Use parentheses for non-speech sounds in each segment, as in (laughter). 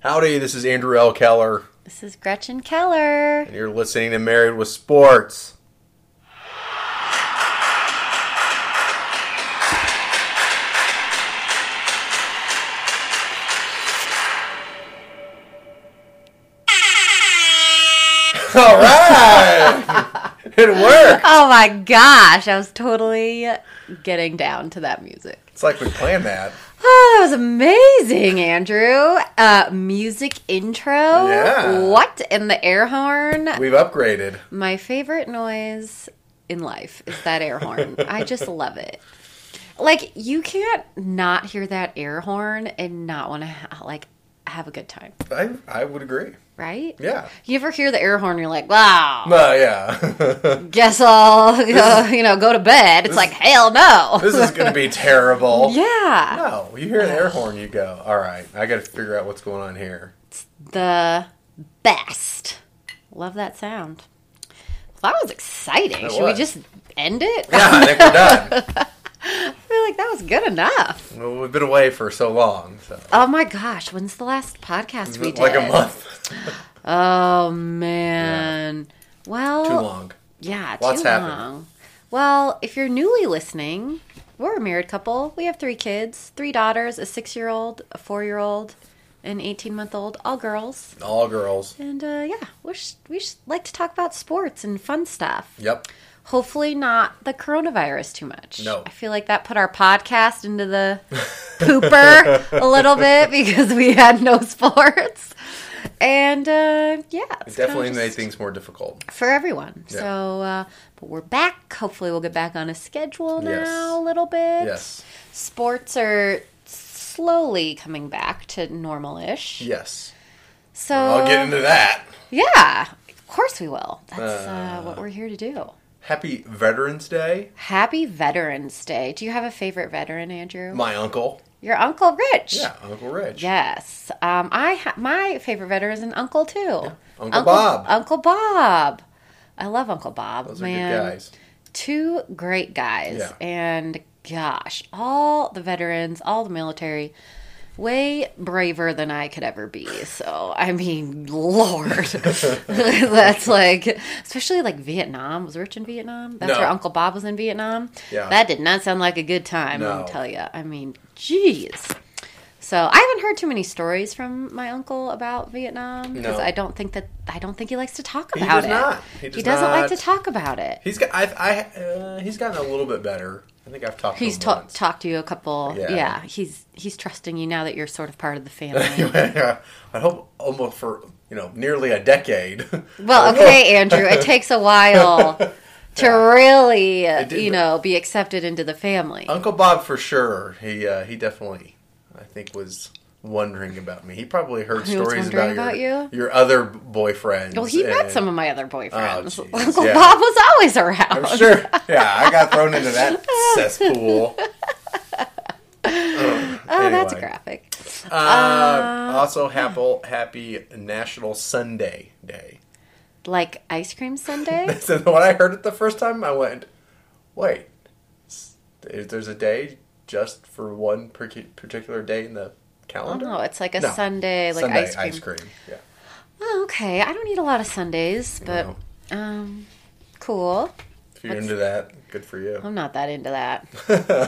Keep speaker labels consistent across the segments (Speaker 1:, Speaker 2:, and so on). Speaker 1: Howdy, this is Andrew L. Keller,
Speaker 2: This is Gretchen Keller.
Speaker 1: and you're listening to Married with
Speaker 2: (laughs)
Speaker 1: Sports. All right, (laughs) it worked.
Speaker 2: Oh my gosh, I was totally getting down to that music.
Speaker 1: It's like we planned that.
Speaker 2: Oh, that was amazing, Andrew. Uh, music intro.
Speaker 1: Yeah.
Speaker 2: What? And the air horn.
Speaker 1: We've upgraded.
Speaker 2: My favorite noise in life is that air horn. I just love it. Like you can't not hear that air horn and not want to ha- like have a good time,
Speaker 1: I I would agree.
Speaker 2: right?
Speaker 1: Yeah.
Speaker 2: You ever hear the air horn? You're like, wow.
Speaker 1: No, yeah. (laughs)
Speaker 2: Guess I'll (laughs) go, you know go to bed. It's like hell no.
Speaker 1: this
Speaker 2: (laughs)
Speaker 1: is gonna be terrible.
Speaker 2: yeah.
Speaker 1: No, you hear an air horn, you go, all right, I got to figure out what's going on here.
Speaker 2: the best. Love that sound. Well, that was exciting.
Speaker 1: That
Speaker 2: Should
Speaker 1: was.
Speaker 2: we just end it?
Speaker 1: Yeah, I think we're done.
Speaker 2: I feel like that was good enough.
Speaker 1: Well, we've been away for so long, so
Speaker 2: Oh my gosh, when's the last podcast we did?
Speaker 1: like a month,
Speaker 2: Oh man. Well,
Speaker 1: too long.
Speaker 2: Yeah,
Speaker 1: Lots
Speaker 2: too
Speaker 1: happened.
Speaker 2: long. Well, if you're newly listening, we're a married couple. We have three kids, three daughters, a six-year-old, a four-year-old, an 18-month-old, all girls.
Speaker 1: All girls.
Speaker 2: And uh, yeah, we sh- we sh- like to talk about sports and fun stuff.
Speaker 1: Yep.
Speaker 2: Hopefully, not the coronavirus too much.
Speaker 1: No.
Speaker 2: I feel like that put our podcast into the pooper a little bit because we had no (laughs) sports. And uh, yeah,
Speaker 1: It
Speaker 2: it's kinda
Speaker 1: definitely
Speaker 2: just
Speaker 1: made things more difficult.
Speaker 2: for everyone.
Speaker 1: Yeah.
Speaker 2: So, uh, but we're back. Hopefully, we'll get back on a schedule now
Speaker 1: Yes.
Speaker 2: a little bit.
Speaker 1: Yes.
Speaker 2: sports are slowly coming back to normal-ish.
Speaker 1: Yes.
Speaker 2: So
Speaker 1: I'll get into that.
Speaker 2: yeah, of course we will. That's
Speaker 1: Uh.
Speaker 2: uh, what we're here to do.
Speaker 1: Happy Veterans Day,
Speaker 2: Happy Veterans Day. Do you have a favorite veteran, Andrew?
Speaker 1: my uncle.
Speaker 2: Your Uncle Rich.
Speaker 1: Yeah, Uncle Rich.
Speaker 2: Yes. Um, I ha- my favorite veteran is an uncle too.
Speaker 1: Uncle Bob.
Speaker 2: Uncle Bob. I love Uncle Bob.
Speaker 1: Those are
Speaker 2: Man,
Speaker 1: good guys.
Speaker 2: two great guys.
Speaker 1: Yeah.
Speaker 2: And gosh, all the veterans, all the military, way braver than I could ever be. So, I mean,
Speaker 1: (laughs)
Speaker 2: Lord. (laughs) That's like, especially like Vietnam. Was Rich in Vietnam? That's
Speaker 1: No.
Speaker 2: where Uncle Bob was in Vietnam.
Speaker 1: Yeah.
Speaker 2: That did not sound like a good time,
Speaker 1: No.
Speaker 2: I'll tell you. I mean, jeez. So I haven't heard too many stories from my uncle about Vietnam because
Speaker 1: No.
Speaker 2: I don't think that I don't think he likes to talk
Speaker 1: He
Speaker 2: about
Speaker 1: does
Speaker 2: it.
Speaker 1: not. He does
Speaker 2: not like
Speaker 1: not.
Speaker 2: to talk about it.
Speaker 1: He's got. I've, I. Uh, he's gotten a little bit better. I think I've talked.
Speaker 2: He's
Speaker 1: to him
Speaker 2: ta- talked to you a couple.
Speaker 1: Yeah.
Speaker 2: Yeah. he's he's trusting you now that you're sort of part of
Speaker 1: (laughs)
Speaker 2: the family.
Speaker 1: once. (laughs) I hope almost for you know nearly a decade.
Speaker 2: (laughs) well, okay, Andrew, it takes
Speaker 1: (laughs)
Speaker 2: a while to really, uh,
Speaker 1: did,
Speaker 2: you
Speaker 1: but-
Speaker 2: know, be accepted into the family.
Speaker 1: Uncle Bob for sure. He uh, he definitely, I think, was wondering about me. He probably heard
Speaker 2: He was
Speaker 1: stories about,
Speaker 2: wondering
Speaker 1: your,
Speaker 2: about
Speaker 1: your other boyfriends.
Speaker 2: well, he met
Speaker 1: and-
Speaker 2: some of my other boyfriends.
Speaker 1: jeez,
Speaker 2: (laughs) Uncle
Speaker 1: Oh, yeah.
Speaker 2: Bob was always around. Oh,
Speaker 1: I'm
Speaker 2: (laughs)
Speaker 1: sure. Yeah, I got thrown into that cesspool.
Speaker 2: Oh, that's graphic. Uh,
Speaker 1: also, happy, happy National Sunday Day.
Speaker 2: Like ice
Speaker 1: (laughs)
Speaker 2: cream sundae.
Speaker 1: So when I heard it the first time, I went, "Wait, s- there's a day just for one partic- particular day in the calendar."
Speaker 2: no, it's like a
Speaker 1: No.
Speaker 2: sundae, Oh, like
Speaker 1: Sunday
Speaker 2: ice cream.
Speaker 1: ice cream. Yeah.
Speaker 2: Oh, okay, I don't eat a lot of Sundays, but
Speaker 1: No.
Speaker 2: um, cool.
Speaker 1: If you're into that, good for you.
Speaker 2: I'm not that into that.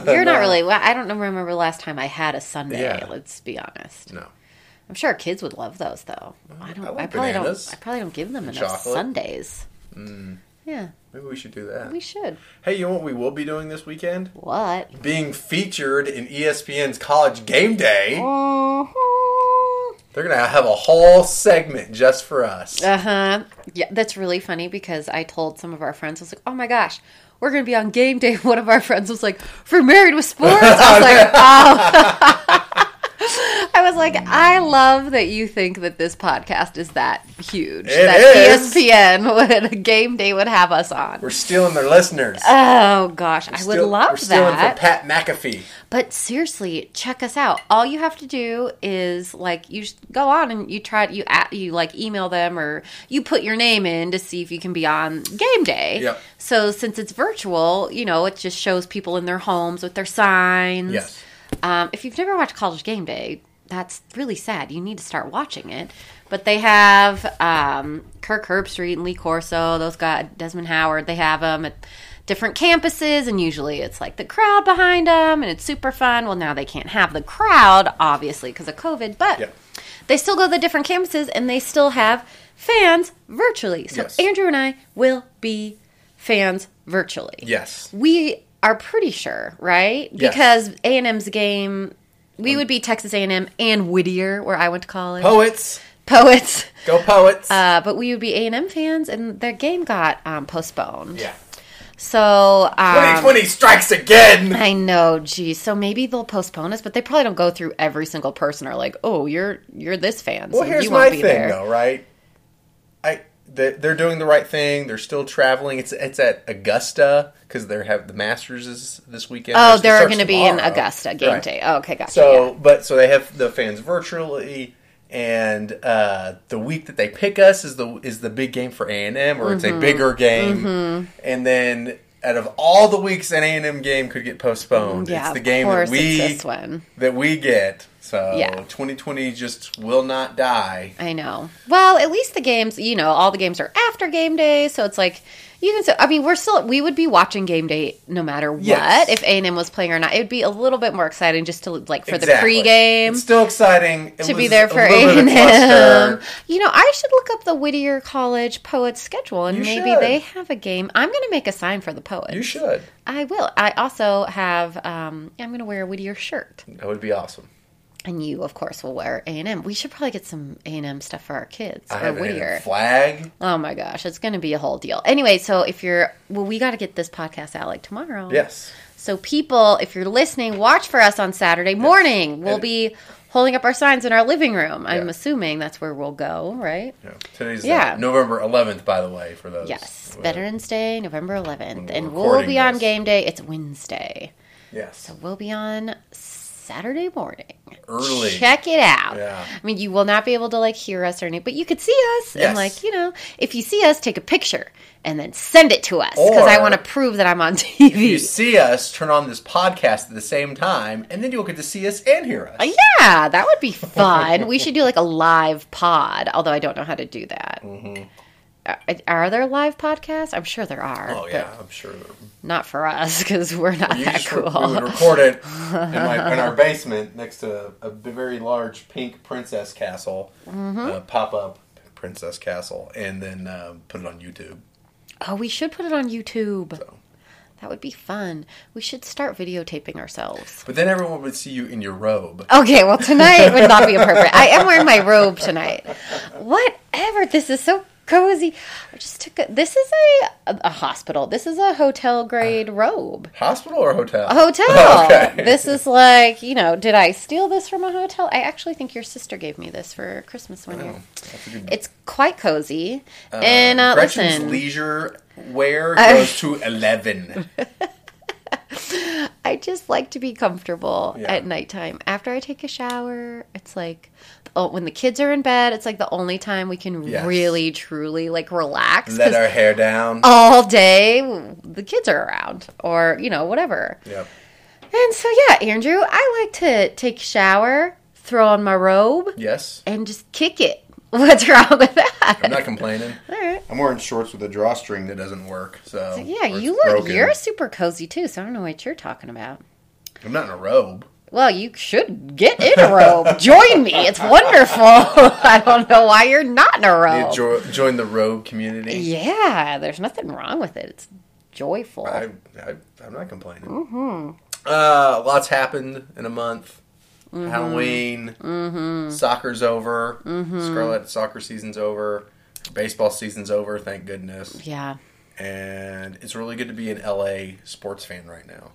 Speaker 1: (laughs)
Speaker 2: You're not really. Well, I don't remember the last time I had a Sunday.
Speaker 1: uh, Yeah.
Speaker 2: Let's be honest.
Speaker 1: No.
Speaker 2: I'm sure kids would love those though. I don't.
Speaker 1: I
Speaker 2: I,
Speaker 1: like
Speaker 2: probably
Speaker 1: bananas.
Speaker 2: don't. I probably don't give them enough
Speaker 1: chocolate. Mm.
Speaker 2: Sundays. Yeah,
Speaker 1: Maybe we should do that.
Speaker 2: we should.
Speaker 1: hey, you know what we will be doing this weekend?
Speaker 2: What?
Speaker 1: Being featured in E ESPN's College Game
Speaker 2: Oh.
Speaker 1: Day. They're going to have a whole segment just for us.
Speaker 2: Uh huh. Yeah, that's really funny because I told some of our friends, I was like, oh my gosh, we're going to be on game day. (laughs) One of our friends was like, for Married with Sports. I was
Speaker 1: (laughs)
Speaker 2: like, oh. (laughs) I was like, I love that you think that this podcast is that huge.
Speaker 1: It
Speaker 2: that E
Speaker 1: is.
Speaker 2: (laughs) ESPN would game day would have us on.
Speaker 1: we're stealing their listeners.
Speaker 2: Oh gosh, I would
Speaker 1: Steal-
Speaker 2: love
Speaker 1: We're stealing
Speaker 2: that.
Speaker 1: for Pat McAfee.
Speaker 2: But seriously, check us out. All you have to do is like you sh- go on and you try you at you like email them or you put your name in to see if you can be on game day.
Speaker 1: Yep.
Speaker 2: So since it's virtual, you know it just shows people in their homes with their signs.
Speaker 1: Yes.
Speaker 2: Um, if you've never watched College Game Day, that's really sad. You need to start watching it. But they have um, Kirk Herbstreit and Lee Corso. Those got Desmond Howard. They have them at different campuses, and usually it's like the crowd behind them, and it's super fun. Well, now they can't have the crowd, obviously, because of COVID. But
Speaker 1: Yeah.
Speaker 2: they still go to the different campuses, and they still have fans virtually. So
Speaker 1: Yes.
Speaker 2: Andrew and I will be fans virtually.
Speaker 1: Yes.
Speaker 2: We are pretty sure, right?
Speaker 1: Yes. Um,
Speaker 2: Because A and M's game, we would be Texas A and M and Whittier, where I went to college.
Speaker 1: Poets.
Speaker 2: Poets, (laughs)
Speaker 1: Go poets.
Speaker 2: uh, but we would be A and M fans, and their game got um, postponed.
Speaker 1: yeah.
Speaker 2: So um,
Speaker 1: 2020 strikes again.
Speaker 2: I know, geez. So maybe they'll postpone us, but they probably don't go through every single person. Or like, oh, you're you're this fan, so
Speaker 1: Well, here's
Speaker 2: you won't
Speaker 1: my
Speaker 2: be
Speaker 1: thing,
Speaker 2: there.
Speaker 1: though, right? I they- they're doing the right thing. They're still traveling. It's it's at Augusta because they have the Masters is this weekend.
Speaker 2: Oh,
Speaker 1: It
Speaker 2: they're
Speaker 1: starts
Speaker 2: going to be in
Speaker 1: tomorrow.
Speaker 2: Augusta game
Speaker 1: Right.
Speaker 2: day. Oh, okay, gotcha.
Speaker 1: So, but so they have the fans virtually, and uh, the week that they pick us is the is the big game for A and M, or it's
Speaker 2: Mm-hmm.
Speaker 1: a bigger game, and then. Out of all the weeks an A and M game could get postponed,
Speaker 2: yeah, yeah
Speaker 1: it's the
Speaker 2: of
Speaker 1: game
Speaker 2: course
Speaker 1: that we
Speaker 2: it's this one.
Speaker 1: that we get. So
Speaker 2: Yeah.
Speaker 1: 2020 just will not die.
Speaker 2: I know. Well, at least the games, you know, all the games are after game day, so it's like you can. So, I mean, we're still we would be watching game day no matter what
Speaker 1: Yes.
Speaker 2: if A and M was playing or not. It would be a little bit more exciting just to like for
Speaker 1: Exactly.
Speaker 2: the pregame
Speaker 1: It's still exciting It
Speaker 2: to be
Speaker 1: was
Speaker 2: there
Speaker 1: a
Speaker 2: for
Speaker 1: little bit of
Speaker 2: A&M.
Speaker 1: cluster.
Speaker 2: You know, I should look up the Whittier College Poets schedule and
Speaker 1: You
Speaker 2: maybe
Speaker 1: should.
Speaker 2: they have a game. I'm going to make a sign for the poets.
Speaker 1: You should.
Speaker 2: I will. I also have um I'm going to wear a Whittier shirt.
Speaker 1: That would be awesome.
Speaker 2: And you of course will wear A&M. We should probably get some A&M stuff for our kids
Speaker 1: I
Speaker 2: or
Speaker 1: have
Speaker 2: Whittier.
Speaker 1: a flag.
Speaker 2: Oh my gosh, it's going to be a whole deal. Anyway, so if you're, well, we got to get this podcast out like tomorrow.
Speaker 1: Yes.
Speaker 2: So people, if you're listening, watch for us on Saturday morning. We'll
Speaker 1: And-
Speaker 2: be holding up our signs in our living room. I'm
Speaker 1: Yeah.
Speaker 2: assuming that's where we'll go, right?
Speaker 1: Yeah. Today's uh,
Speaker 2: Yeah.
Speaker 1: November 11th, by the way, for those.
Speaker 2: Yes.
Speaker 1: Uh,
Speaker 2: Veterans Day, November 11th.
Speaker 1: we're
Speaker 2: And we'll
Speaker 1: recording
Speaker 2: be on
Speaker 1: this.
Speaker 2: game day. It's Wednesday.
Speaker 1: Yes.
Speaker 2: We'll be on Saturday morning.
Speaker 1: Early.
Speaker 2: Check it out.
Speaker 1: Yeah.
Speaker 2: I mean, you will not be able to like hear us or anything, but you could see us. And
Speaker 1: Yes.
Speaker 2: like, you know, if you see us, take a picture and then send it to us because I
Speaker 1: Or-
Speaker 2: want to prove that I'm on (laughs)
Speaker 1: You
Speaker 2: TV.
Speaker 1: see us turn on this podcast at the same time, and then you'll get to see us and hear us.
Speaker 2: Oh, Uh, Yeah, that would be fun. we should do like a live pod, although I don't know how to do that.
Speaker 1: Mm-hmm.
Speaker 2: Are, are there live podcasts? I'm sure there are.
Speaker 1: Oh
Speaker 2: but
Speaker 1: yeah, I'm
Speaker 2: (laughs)
Speaker 1: sure.
Speaker 2: Not for us because we're not
Speaker 1: You
Speaker 2: that
Speaker 1: just re-
Speaker 2: cool.
Speaker 1: we would record it in, my,
Speaker 2: (laughs)
Speaker 1: in our basement next to a, b- very large pink princess castle,
Speaker 2: Mm-hmm.
Speaker 1: uh, pop up princess castle, and then um, put it on YouTube.
Speaker 2: Oh, we should put it on YouTube. That would be fun. We should start videotaping ourselves.
Speaker 1: But then everyone would see you in your robe.
Speaker 2: Okay, well, tonight would not be appropriate. I am wearing my robe tonight. Whatever. This is so cozy. I just took a, this is a, a hospital. This is a hotel grade robe.
Speaker 1: Hospital or hotel?
Speaker 2: Oh. Hotel.
Speaker 1: (laughs) Okay.
Speaker 2: This is like, you know, did I steal this from a hotel? I actually think your sister gave me this for Christmas one year.
Speaker 1: Oh, That's a good-
Speaker 2: It's quite cozy. and uh,
Speaker 1: Gretchen's
Speaker 2: listen.
Speaker 1: leisure
Speaker 2: (laughs)
Speaker 1: wear goes to eleven.
Speaker 2: I just like to be comfortable
Speaker 1: Yeah.
Speaker 2: at nighttime. After I take a shower, it's like oh, when the kids are in bed, it's like the only time we can
Speaker 1: Yes.
Speaker 2: really truly like relax. 'cause
Speaker 1: Let our hair down.
Speaker 2: all day w- the kids are around or you know whatever.
Speaker 1: Yep.
Speaker 2: And so yeah, Andrew, I like to take a shower, throw on my robe,
Speaker 1: Yes.
Speaker 2: and just kick it. (laughs) What's wrong with that?
Speaker 1: I'm not complaining.
Speaker 2: all right.
Speaker 1: I'm wearing shorts with a drawstring that doesn't work. So,
Speaker 2: Yeah,
Speaker 1: Oh, or it's
Speaker 2: you look
Speaker 1: broken.
Speaker 2: you're super cozy too, so I don't know what you're talking about.
Speaker 1: I'm not in a robe.
Speaker 2: Well, you should get in
Speaker 1: (laughs)
Speaker 2: a robe. Join me. It's wonderful. (laughs) I don't know why you're not in a
Speaker 1: You
Speaker 2: robe.
Speaker 1: jo- join the robe community.
Speaker 2: Oh. yeah, there's nothing wrong with it. It's joyful.
Speaker 1: I, I I'm not complaining.
Speaker 2: Mm-hmm.
Speaker 1: Uh, lots happened in a month.
Speaker 2: Mm-hmm.
Speaker 1: Halloween. Soccer's over.
Speaker 2: Mm-hmm.
Speaker 1: Scarlet soccer season's over. Baseball season's over. Thank goodness.
Speaker 2: yeah.
Speaker 1: and it's really good to be an LA sports fan right now.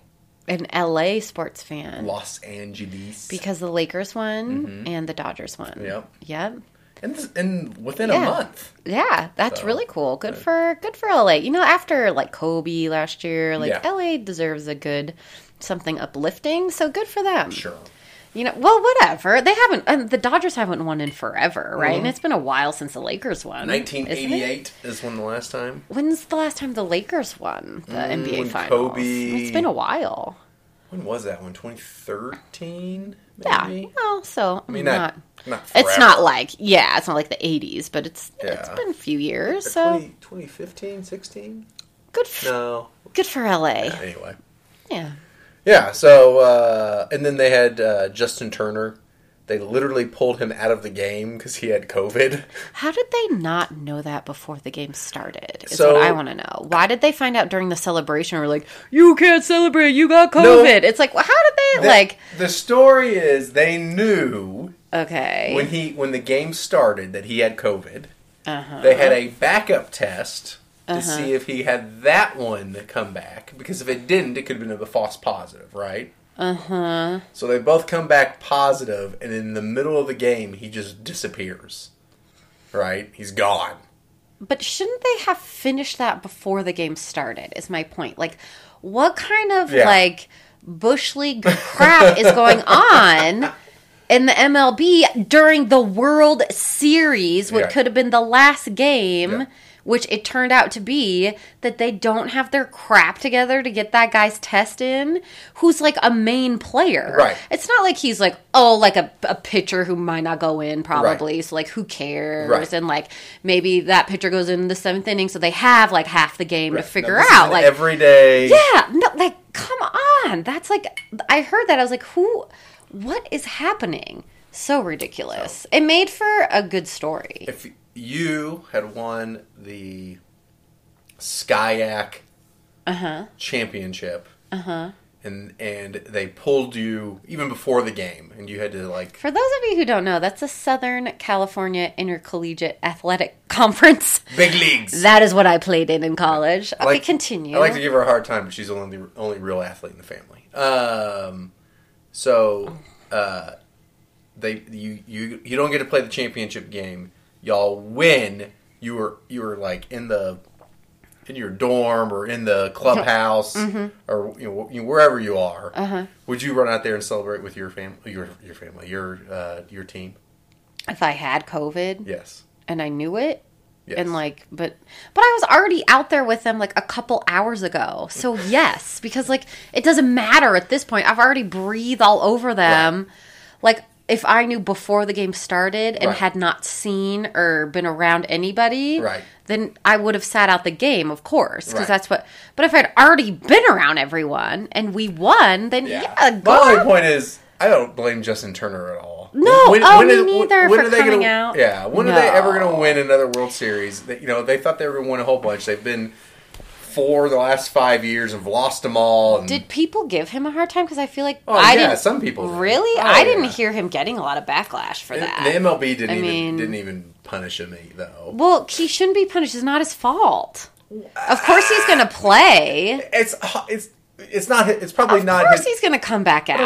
Speaker 2: An LA sports fan.
Speaker 1: Los Angeles,
Speaker 2: Because the Lakers won and the Dodgers won.
Speaker 1: Mm-hmm. Yep.
Speaker 2: Yep.
Speaker 1: and, this, and within a
Speaker 2: Yeah.
Speaker 1: month,
Speaker 2: Yeah, that's
Speaker 1: So, uh,
Speaker 2: really cool. Good for good for LA. You know, after like Kobe last year, like
Speaker 1: Yeah.
Speaker 2: LA deserves a good something uplifting. So good for them.
Speaker 1: sure,
Speaker 2: You know, well, whatever. They haven't, and the Dodgers haven't won in forever,
Speaker 1: Mm-hmm.
Speaker 2: right? And it's been a while since the Lakers won. isn't it?
Speaker 1: 1988 is when the last time.
Speaker 2: When's the last time the Lakers won the NBA
Speaker 1: Mm, when
Speaker 2: Finals?
Speaker 1: Kobe-
Speaker 2: It's been a while.
Speaker 1: When was that? When 2013?
Speaker 2: Yeah. Well, so I
Speaker 1: mean,
Speaker 2: mean,
Speaker 1: not-
Speaker 2: not.
Speaker 1: Not
Speaker 2: it's
Speaker 1: forever.
Speaker 2: not like yeah, it's not like the '80s, but it's it's
Speaker 1: Yeah.
Speaker 2: been a few years, so
Speaker 1: 20, 2015, 16?
Speaker 2: good f-
Speaker 1: No.
Speaker 2: good for LA. Yeah.
Speaker 1: Anyway. Yeah, so uh, and then they had uh, Justin Turner. They literally pulled him out of the game because he had COVID.
Speaker 2: How did they not know that before the game started? Is
Speaker 1: So-
Speaker 2: what I want to know. Why did they find out during the celebration? We're like, you can't celebrate. You got COVID. It's like, well, how did they,
Speaker 1: The-
Speaker 2: like?
Speaker 1: the story is they knew
Speaker 2: Okay.
Speaker 1: when he when the game started that he had COVID.
Speaker 2: uh-huh.
Speaker 1: They had a backup test to see if he had that one come back because if it didn't, it could have been a false positive, right?
Speaker 2: Uh huh.
Speaker 1: So they both come back positive, and in the middle of the game, he just disappears. Right? He's gone.
Speaker 2: But shouldn't they have finished that before the game started? Is my point. Like, what kind of
Speaker 1: Yeah.
Speaker 2: like bush league crap is going on in the MLB during the World Series, what
Speaker 1: Yeah.
Speaker 2: could have been the last game?
Speaker 1: Yeah.
Speaker 2: Which it turned out to be that they don't have their crap together to get that guy's test in, who's like a main player.
Speaker 1: Right.
Speaker 2: It's not like he's like, oh, like a, a pitcher who might not go in probably. So, like, who cares?
Speaker 1: Right.
Speaker 2: and like maybe that pitcher goes in the seventh inning so they have like half the game
Speaker 1: Right.
Speaker 2: to
Speaker 1: Now,
Speaker 2: figure
Speaker 1: this is
Speaker 2: out
Speaker 1: an
Speaker 2: like
Speaker 1: every day.
Speaker 2: yeah no like come on that's like i heard that i was like who what is happening so ridiculous it made for a good story
Speaker 1: If you had won the Skyak
Speaker 2: uh-huh
Speaker 1: championship,
Speaker 2: uh-huh
Speaker 1: and and they pulled you even before the game, and you had to like
Speaker 2: for those of you who don't know that's a southern california intercollegiate athletic (laughs) conference
Speaker 1: big leagues.
Speaker 2: that is what i played in in college okay continue
Speaker 1: I like to give her a hard time, but she's the only the only real athlete in the family. Um, so uh, they you you you don't get to play the championship game. Y'all win. You were you were like in the in your dorm or in the
Speaker 2: (laughs)
Speaker 1: clubhouse or you know, you- wherever you are.
Speaker 2: Mm-hmm. Uh-huh.
Speaker 1: Would you run out there and celebrate with your family? Your your family, your uh, your team?
Speaker 2: if i had covid
Speaker 1: Yes.
Speaker 2: and i knew it
Speaker 1: Yes.
Speaker 2: and like but but i was already out there with them like a couple hours ago
Speaker 1: (laughs)
Speaker 2: so yes because like it doesn't matter at this point i've already breathed all over them like if i knew before the game started and
Speaker 1: Right.
Speaker 2: had not seen or been around anybody
Speaker 1: Right.
Speaker 2: then i would have sat out the game of course because
Speaker 1: Right.
Speaker 2: that's what but if i'd already been around everyone and we won then yeah, go
Speaker 1: My only
Speaker 2: out.
Speaker 1: point is, I don't blame Justin Turner at all.
Speaker 2: No, oh, me
Speaker 1: when-
Speaker 2: neither for
Speaker 1: are they
Speaker 2: coming
Speaker 1: gonna,
Speaker 2: out.
Speaker 1: Yeah, when are they
Speaker 2: No.
Speaker 1: ever going to win another World Series? That you know, they thought they were going to win a whole bunch. They've been four the last five years and have lost them all. And,
Speaker 2: did people give him a hard time because i feel like
Speaker 1: oh,
Speaker 2: i
Speaker 1: yeah,
Speaker 2: didn't
Speaker 1: some people did.
Speaker 2: really
Speaker 1: Oh,
Speaker 2: i didn't
Speaker 1: yeah.
Speaker 2: hear him getting a lot of backlash for that
Speaker 1: The MLB didn't
Speaker 2: I
Speaker 1: even
Speaker 2: mean-
Speaker 1: didn't even punish him eh, though.
Speaker 2: Well, he shouldn't be punished. It's not his fault. Of course, he's going to play.
Speaker 1: It's it's it's not it's probably
Speaker 2: Of
Speaker 1: not
Speaker 2: course,
Speaker 1: his,
Speaker 2: he's going to come back out.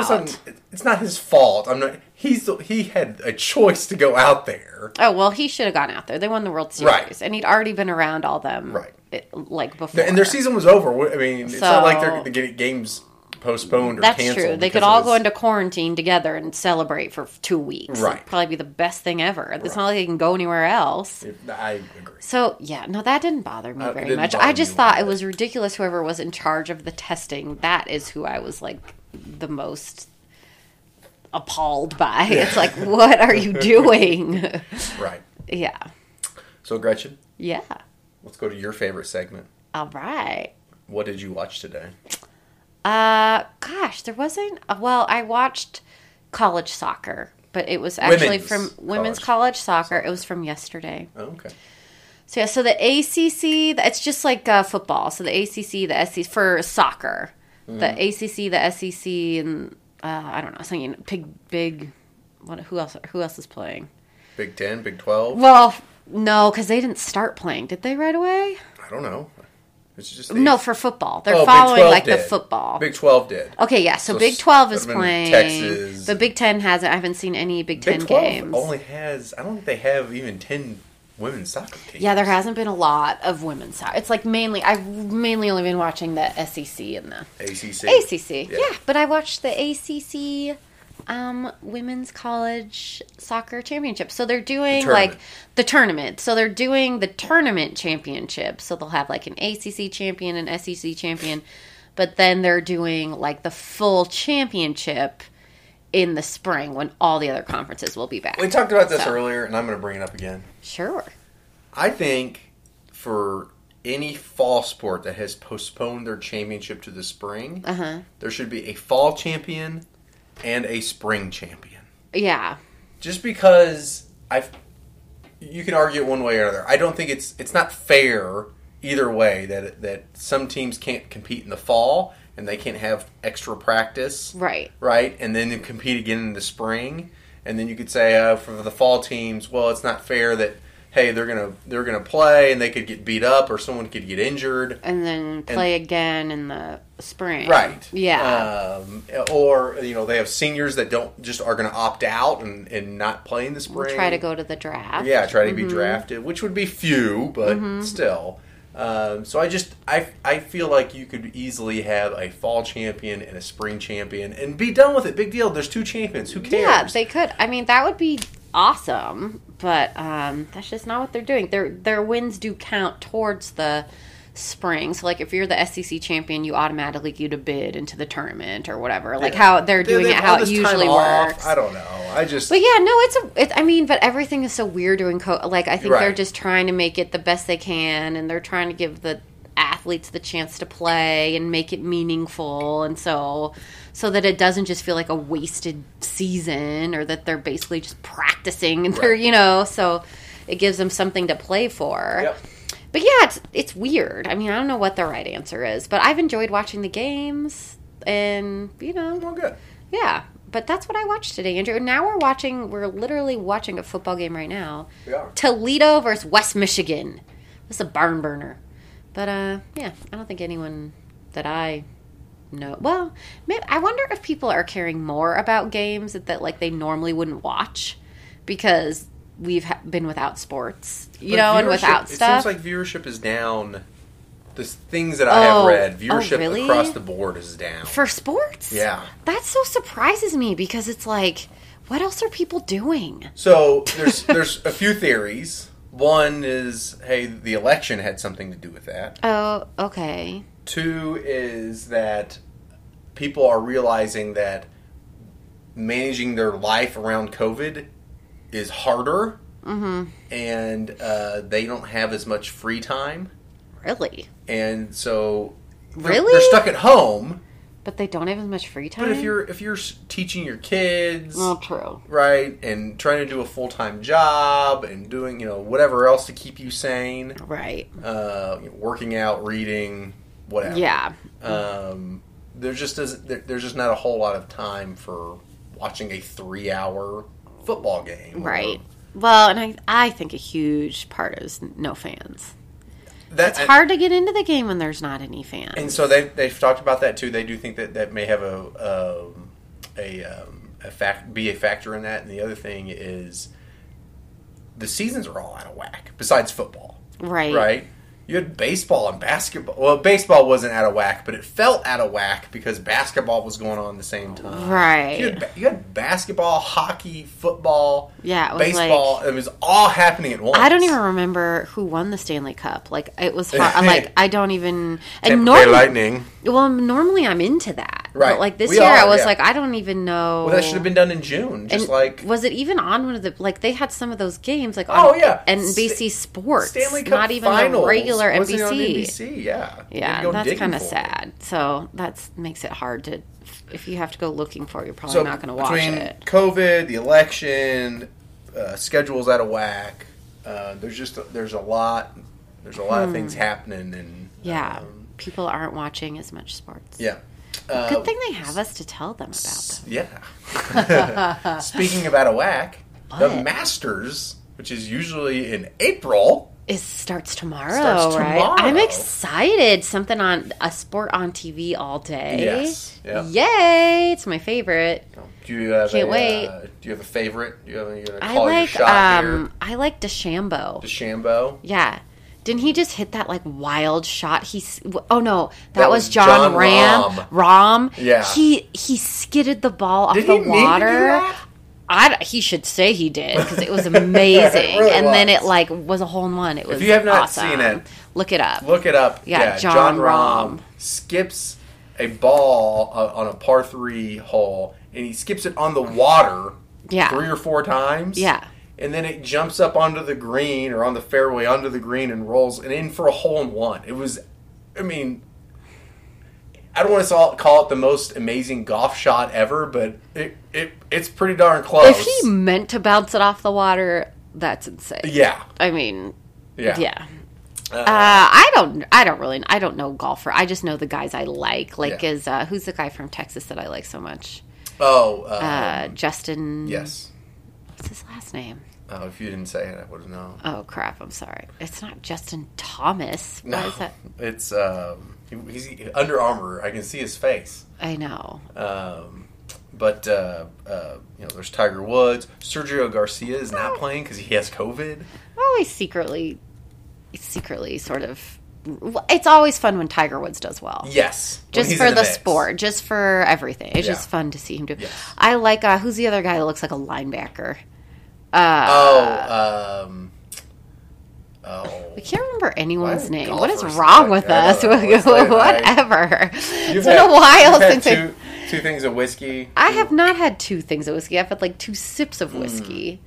Speaker 1: it's, not his fault. I'm not. He's the, he had a choice to go out there.
Speaker 2: Oh well, he should have gone out there. They won the World Series,
Speaker 1: Right.
Speaker 2: and he'd already been around all them,
Speaker 1: Right.
Speaker 2: it- like before.
Speaker 1: And their season was over. I mean, it's not like they're
Speaker 2: So-
Speaker 1: they getting games postponed or
Speaker 2: That's
Speaker 1: canceled.
Speaker 2: true. They
Speaker 1: because
Speaker 2: could all
Speaker 1: of
Speaker 2: go
Speaker 1: this.
Speaker 2: into quarantine together and celebrate for two weeks.
Speaker 1: Right.
Speaker 2: It'd probably be the best thing ever. It's not like they can go anywhere else.
Speaker 1: I agree.
Speaker 2: So yeah, no, that didn't bother me
Speaker 1: Uh, it
Speaker 2: very
Speaker 1: didn't
Speaker 2: much.
Speaker 1: bother
Speaker 2: I
Speaker 1: you
Speaker 2: just
Speaker 1: one
Speaker 2: thought it
Speaker 1: bit.
Speaker 2: was ridiculous. Whoever was in charge of the testing, that is who I was like the most appalled by. It's like, what are you doing? (laughs)
Speaker 1: Right.
Speaker 2: yeah,
Speaker 1: So, Gretchen,
Speaker 2: yeah.
Speaker 1: let's go to your favorite segment.
Speaker 2: All right.
Speaker 1: What did you watch today?
Speaker 2: Uh, gosh, there wasn't. uh, Well, I watched college soccer, but it was
Speaker 1: Women's
Speaker 2: actually from women's college, soccer. It was from yesterday.
Speaker 1: Oh, okay.
Speaker 2: So yeah, so the ACC, the- it's just like uh, football. So the ACC, the SEC for soccer, the
Speaker 1: Mm-hmm.
Speaker 2: ACC, the SEC, and uh, I don't know something big, big. What, who else? Who else is playing?
Speaker 1: Big Ten, Big Twelve.
Speaker 2: Well, no, because they didn't start playing, did they? Right away?
Speaker 1: I don't know. It's just the-
Speaker 2: No, for football, they're
Speaker 1: Oh, Big
Speaker 2: following
Speaker 1: 12
Speaker 2: like the
Speaker 1: did.
Speaker 2: football. Oh,
Speaker 1: Big Twelve did.
Speaker 2: okay, yeah. So,
Speaker 1: So
Speaker 2: Big
Speaker 1: s-
Speaker 2: Twelve is
Speaker 1: that'd have been
Speaker 2: playing.
Speaker 1: Texas.
Speaker 2: The Big Ten hasn't. I haven't seen any Big Ten
Speaker 1: Big Twelve
Speaker 2: games.
Speaker 1: only has. I don't think they have even ten women's soccer teams.
Speaker 2: yeah, there hasn't been a lot of women's soccer. It's like mainly I've mainly only been watching the SEC and the
Speaker 1: ACC.
Speaker 2: ACC.
Speaker 1: Yeah.
Speaker 2: Yeah. but I watched the ACC um, Women's College Soccer Championship. So they're doing
Speaker 1: The tournament.
Speaker 2: like the tournament. So they're doing the tournament championship. So they'll have like an ACC champion E and SEC champion, but then they're doing like the full championship in the spring when all the other conferences will be back.
Speaker 1: We talked about this
Speaker 2: So.
Speaker 1: earlier, and I'm going to bring it up again.
Speaker 2: Sure.
Speaker 1: I think for any fall sport that has postponed their championship to the spring,
Speaker 2: Uh huh.
Speaker 1: there should be a fall champion and a spring champion.
Speaker 2: Yeah.
Speaker 1: Just because I've, you can argue it one way or another. I don't think it's it's not fair either way that that some teams can't compete in the fall and they can't have extra practice
Speaker 2: Right.
Speaker 1: right? And then you compete again in the spring, and then you could say uh, for the fall teams, well, it's not fair that hey they're gonna they're gonna play and they could get beat up or someone could get injured,
Speaker 2: And then play again in the spring.
Speaker 1: right?
Speaker 2: Yeah.
Speaker 1: Um, or you know they have seniors that don't just are gonna opt out and and not play in the spring.
Speaker 2: Try to go Mm-hmm. to the draft.
Speaker 1: Yeah, try to be drafted, which would be few, but
Speaker 2: Mm-hmm.
Speaker 1: still. Um, so I just I I feel like you could easily have a fall champion and a spring champion and be done with it. Big deal. There's two champions. Who cares?
Speaker 2: Yeah, they could. I mean, that would be awesome, but um, that's just not what they're doing. Their their wins do count towards the spring. So, like, if you're the SEC champion, you automatically get a bid into the tournament or whatever. Like
Speaker 1: Yeah.
Speaker 2: how they're doing
Speaker 1: they
Speaker 2: it,
Speaker 1: have
Speaker 2: how
Speaker 1: all
Speaker 2: it
Speaker 1: this time
Speaker 2: usually
Speaker 1: off.
Speaker 2: works.
Speaker 1: I don't know. I just
Speaker 2: But yeah, no, it's a. It, I mean, but everything is so weird during co. Like, I think they're
Speaker 1: Right.
Speaker 2: just trying to make it the best they can, and they're trying to give the athletes the chance to play and make it meaningful, and so so that it doesn't just feel like a wasted season, or that they're basically just practicing and they're
Speaker 1: Right.
Speaker 2: you know so it gives them something to play for.
Speaker 1: Yep.
Speaker 2: But yeah, it's it's weird. I mean, I don't know what the right answer is, but I've enjoyed watching the games, and you know,
Speaker 1: well, good.
Speaker 2: yeah, but that's what I watched today, Andrew. Now we're watching. We're literally watching a football game right now.
Speaker 1: We are.
Speaker 2: Toledo versus West Michigan. This is a barn burner. But uh, yeah, I don't think anyone that I know. Well, maybe, I wonder if people are caring more about games that, that like they normally wouldn't watch because we've ha- been without sports, you
Speaker 1: But
Speaker 2: know, and
Speaker 1: viewership-
Speaker 2: without
Speaker 1: It
Speaker 2: stuff.
Speaker 1: seems like viewership is down. The things that I
Speaker 2: Oh.
Speaker 1: have read,
Speaker 2: Oh,
Speaker 1: viewership
Speaker 2: really?
Speaker 1: across the board is down.
Speaker 2: for sports,
Speaker 1: yeah.
Speaker 2: that so surprises me because it's like, what else are people doing?
Speaker 1: So there's (laughs) there's a few theories. One is hey, the election had something to do with that.
Speaker 2: Oh, okay.
Speaker 1: Two is that people are realizing that managing their life around COVID is harder,
Speaker 2: Mm-hmm.
Speaker 1: and uh, they don't have as much free time.
Speaker 2: Really?
Speaker 1: and so they're-
Speaker 2: Really?
Speaker 1: they're stuck at home.
Speaker 2: But they don't have as much free time.
Speaker 1: But if you're if you're s- teaching your kids
Speaker 2: well, true.
Speaker 1: right and trying to do a full time job and doing you know whatever else to keep you sane,
Speaker 2: Right.
Speaker 1: uh, you know, working out, reading,
Speaker 2: Yeah.
Speaker 1: whatever. Um, there just doesn't there, there's just not a whole lot of time for watching a three hour football game. or-
Speaker 2: Right. Well, and I I think a huge part is no fans.
Speaker 1: That,
Speaker 2: It's hard to get into the game when there's not any fans.
Speaker 1: And so they they've talked about that too. They do think that that may have a um, a um, a fact be a factor in that. And the other thing is the seasons are all out of whack. Besides football,
Speaker 2: right.
Speaker 1: right? You had baseball and basketball. Well, baseball wasn't out of whack, but it felt out of whack because basketball was going on at the same time.
Speaker 2: Right.
Speaker 1: You had, ba- you had basketball, hockey, football,
Speaker 2: Yeah, it was
Speaker 1: baseball. it was all happening at once.
Speaker 2: I don't even remember who won the Stanley Cup. Like it was
Speaker 1: (laughs)
Speaker 2: hard. like I don't even. And
Speaker 1: Tampa Bay
Speaker 2: normally,
Speaker 1: Lightning.
Speaker 2: well, normally I'm into that.
Speaker 1: Right.
Speaker 2: But like this
Speaker 1: We
Speaker 2: year,
Speaker 1: are,
Speaker 2: I was
Speaker 1: yeah.
Speaker 2: like, I don't even know.
Speaker 1: Well, that should have been done in June. Just
Speaker 2: And
Speaker 1: like
Speaker 2: was it even on one of the like they had some of those games like on
Speaker 1: Oh, yeah.
Speaker 2: NBC Sports
Speaker 1: Stanley Cup
Speaker 2: not even
Speaker 1: Finals
Speaker 2: the regular
Speaker 1: wasn't
Speaker 2: NBC.
Speaker 1: on NBC, yeah. You
Speaker 2: Yeah,
Speaker 1: go
Speaker 2: that's
Speaker 1: digging
Speaker 2: kind of
Speaker 1: for it.
Speaker 2: sad. So that's makes it hard to if you have to go looking for it, you're probably
Speaker 1: So
Speaker 2: not going to watch
Speaker 1: between
Speaker 2: it.
Speaker 1: COVID, the election, uh, schedules out of whack. Uh, there's just there's a lot there's a lot of things happening and
Speaker 2: Hmm. Yeah,
Speaker 1: um,
Speaker 2: people aren't watching as much sports.
Speaker 1: yeah. Uh,
Speaker 2: Good thing they have us to tell them about them. (laughs)
Speaker 1: Yeah. Speaking of out of whack, the
Speaker 2: What?
Speaker 1: Masters, which is usually in April,
Speaker 2: It starts tomorrow,
Speaker 1: Starts
Speaker 2: right?
Speaker 1: tomorrow.
Speaker 2: I'm excited. Something on a sport on TV all day.
Speaker 1: Yes, yeah.
Speaker 2: Yay! It's my favorite.
Speaker 1: do you have
Speaker 2: Can't
Speaker 1: a,
Speaker 2: wait.
Speaker 1: Uh, do you have a favorite? Do you have any you're gonna
Speaker 2: I
Speaker 1: call your
Speaker 2: like
Speaker 1: shot
Speaker 2: um I like DeChambeau.
Speaker 1: here? DeChambeau.
Speaker 2: Yeah. Didn't he just hit that like wild shot? He s- w- oh no, that,
Speaker 1: That
Speaker 2: was,
Speaker 1: was
Speaker 2: John,
Speaker 1: John
Speaker 2: Ram.
Speaker 1: Rahm.
Speaker 2: Ram.
Speaker 1: Yeah.
Speaker 2: He he skidded the ball off
Speaker 1: Did
Speaker 2: the
Speaker 1: he need to do
Speaker 2: water.
Speaker 1: that?
Speaker 2: I d- he should say he did
Speaker 1: (laughs)
Speaker 2: because it was amazing.
Speaker 1: really
Speaker 2: and then
Speaker 1: was.
Speaker 2: it like was a hole in one. It was
Speaker 1: you have not
Speaker 2: awesome.
Speaker 1: seen it,
Speaker 2: look it up.
Speaker 1: Look it up.
Speaker 2: Yeah, John
Speaker 1: Rahm
Speaker 2: Rahm.
Speaker 1: skips a ball uh, on a par three hole and he skips it on the water
Speaker 2: Yeah.
Speaker 1: three or four times.
Speaker 2: Yeah.
Speaker 1: And then it jumps up onto the green or on the fairway onto the green and rolls and in for a hole in one. It was, I mean, I don't want to call it the most amazing golf shot ever, but it, it it's pretty darn close.
Speaker 2: If he meant to bounce it off the water, that's insane.
Speaker 1: yeah,
Speaker 2: I mean,
Speaker 1: yeah,
Speaker 2: yeah. Uh, I don't. I don't really. I don't know golfer. I just know the guys I like. Like
Speaker 1: Yeah.
Speaker 2: is uh, who's the guy from Texas that I like so much?
Speaker 1: Oh, uh,
Speaker 2: Uh, Justin.
Speaker 1: yes.
Speaker 2: What's his last name?
Speaker 1: Oh, if you didn't say it, I would have known.
Speaker 2: Oh crap! I'm sorry. It's not Justin Thomas. What is
Speaker 1: No,
Speaker 2: that?
Speaker 1: (laughs) it's um, he, he's Under Armour. I can see his face.
Speaker 2: I know.
Speaker 1: Um, but uh, uh, you know, there's Tiger Woods. Sergio Garcia is not playing because he has COVID.
Speaker 2: always secretly, secretly sort of. It's always fun when Tiger Woods does well.
Speaker 1: Yes, when
Speaker 2: Just
Speaker 1: he's
Speaker 2: for
Speaker 1: in
Speaker 2: the
Speaker 1: mix.
Speaker 2: sport, just for everything. It's
Speaker 1: Yeah.
Speaker 2: just fun to see him do. it.
Speaker 1: Yes.
Speaker 2: I like uh, who's the other guy that looks like a linebacker. Uh,
Speaker 1: Oh, um,
Speaker 2: (laughs)
Speaker 1: oh,
Speaker 2: I can't remember
Speaker 1: Why
Speaker 2: anyone's
Speaker 1: are
Speaker 2: name. What is
Speaker 1: golfers
Speaker 2: wrong
Speaker 1: like-
Speaker 2: with
Speaker 1: I
Speaker 2: us?
Speaker 1: don't
Speaker 2: (laughs)
Speaker 1: know. It's late at night. (laughs)
Speaker 2: Whatever.
Speaker 1: You've
Speaker 2: It's been
Speaker 1: had-
Speaker 2: a while
Speaker 1: you've had
Speaker 2: since Ah, I.
Speaker 1: two, two things of whiskey.
Speaker 2: I have not had two things of whiskey. I've had like two sips of whiskey.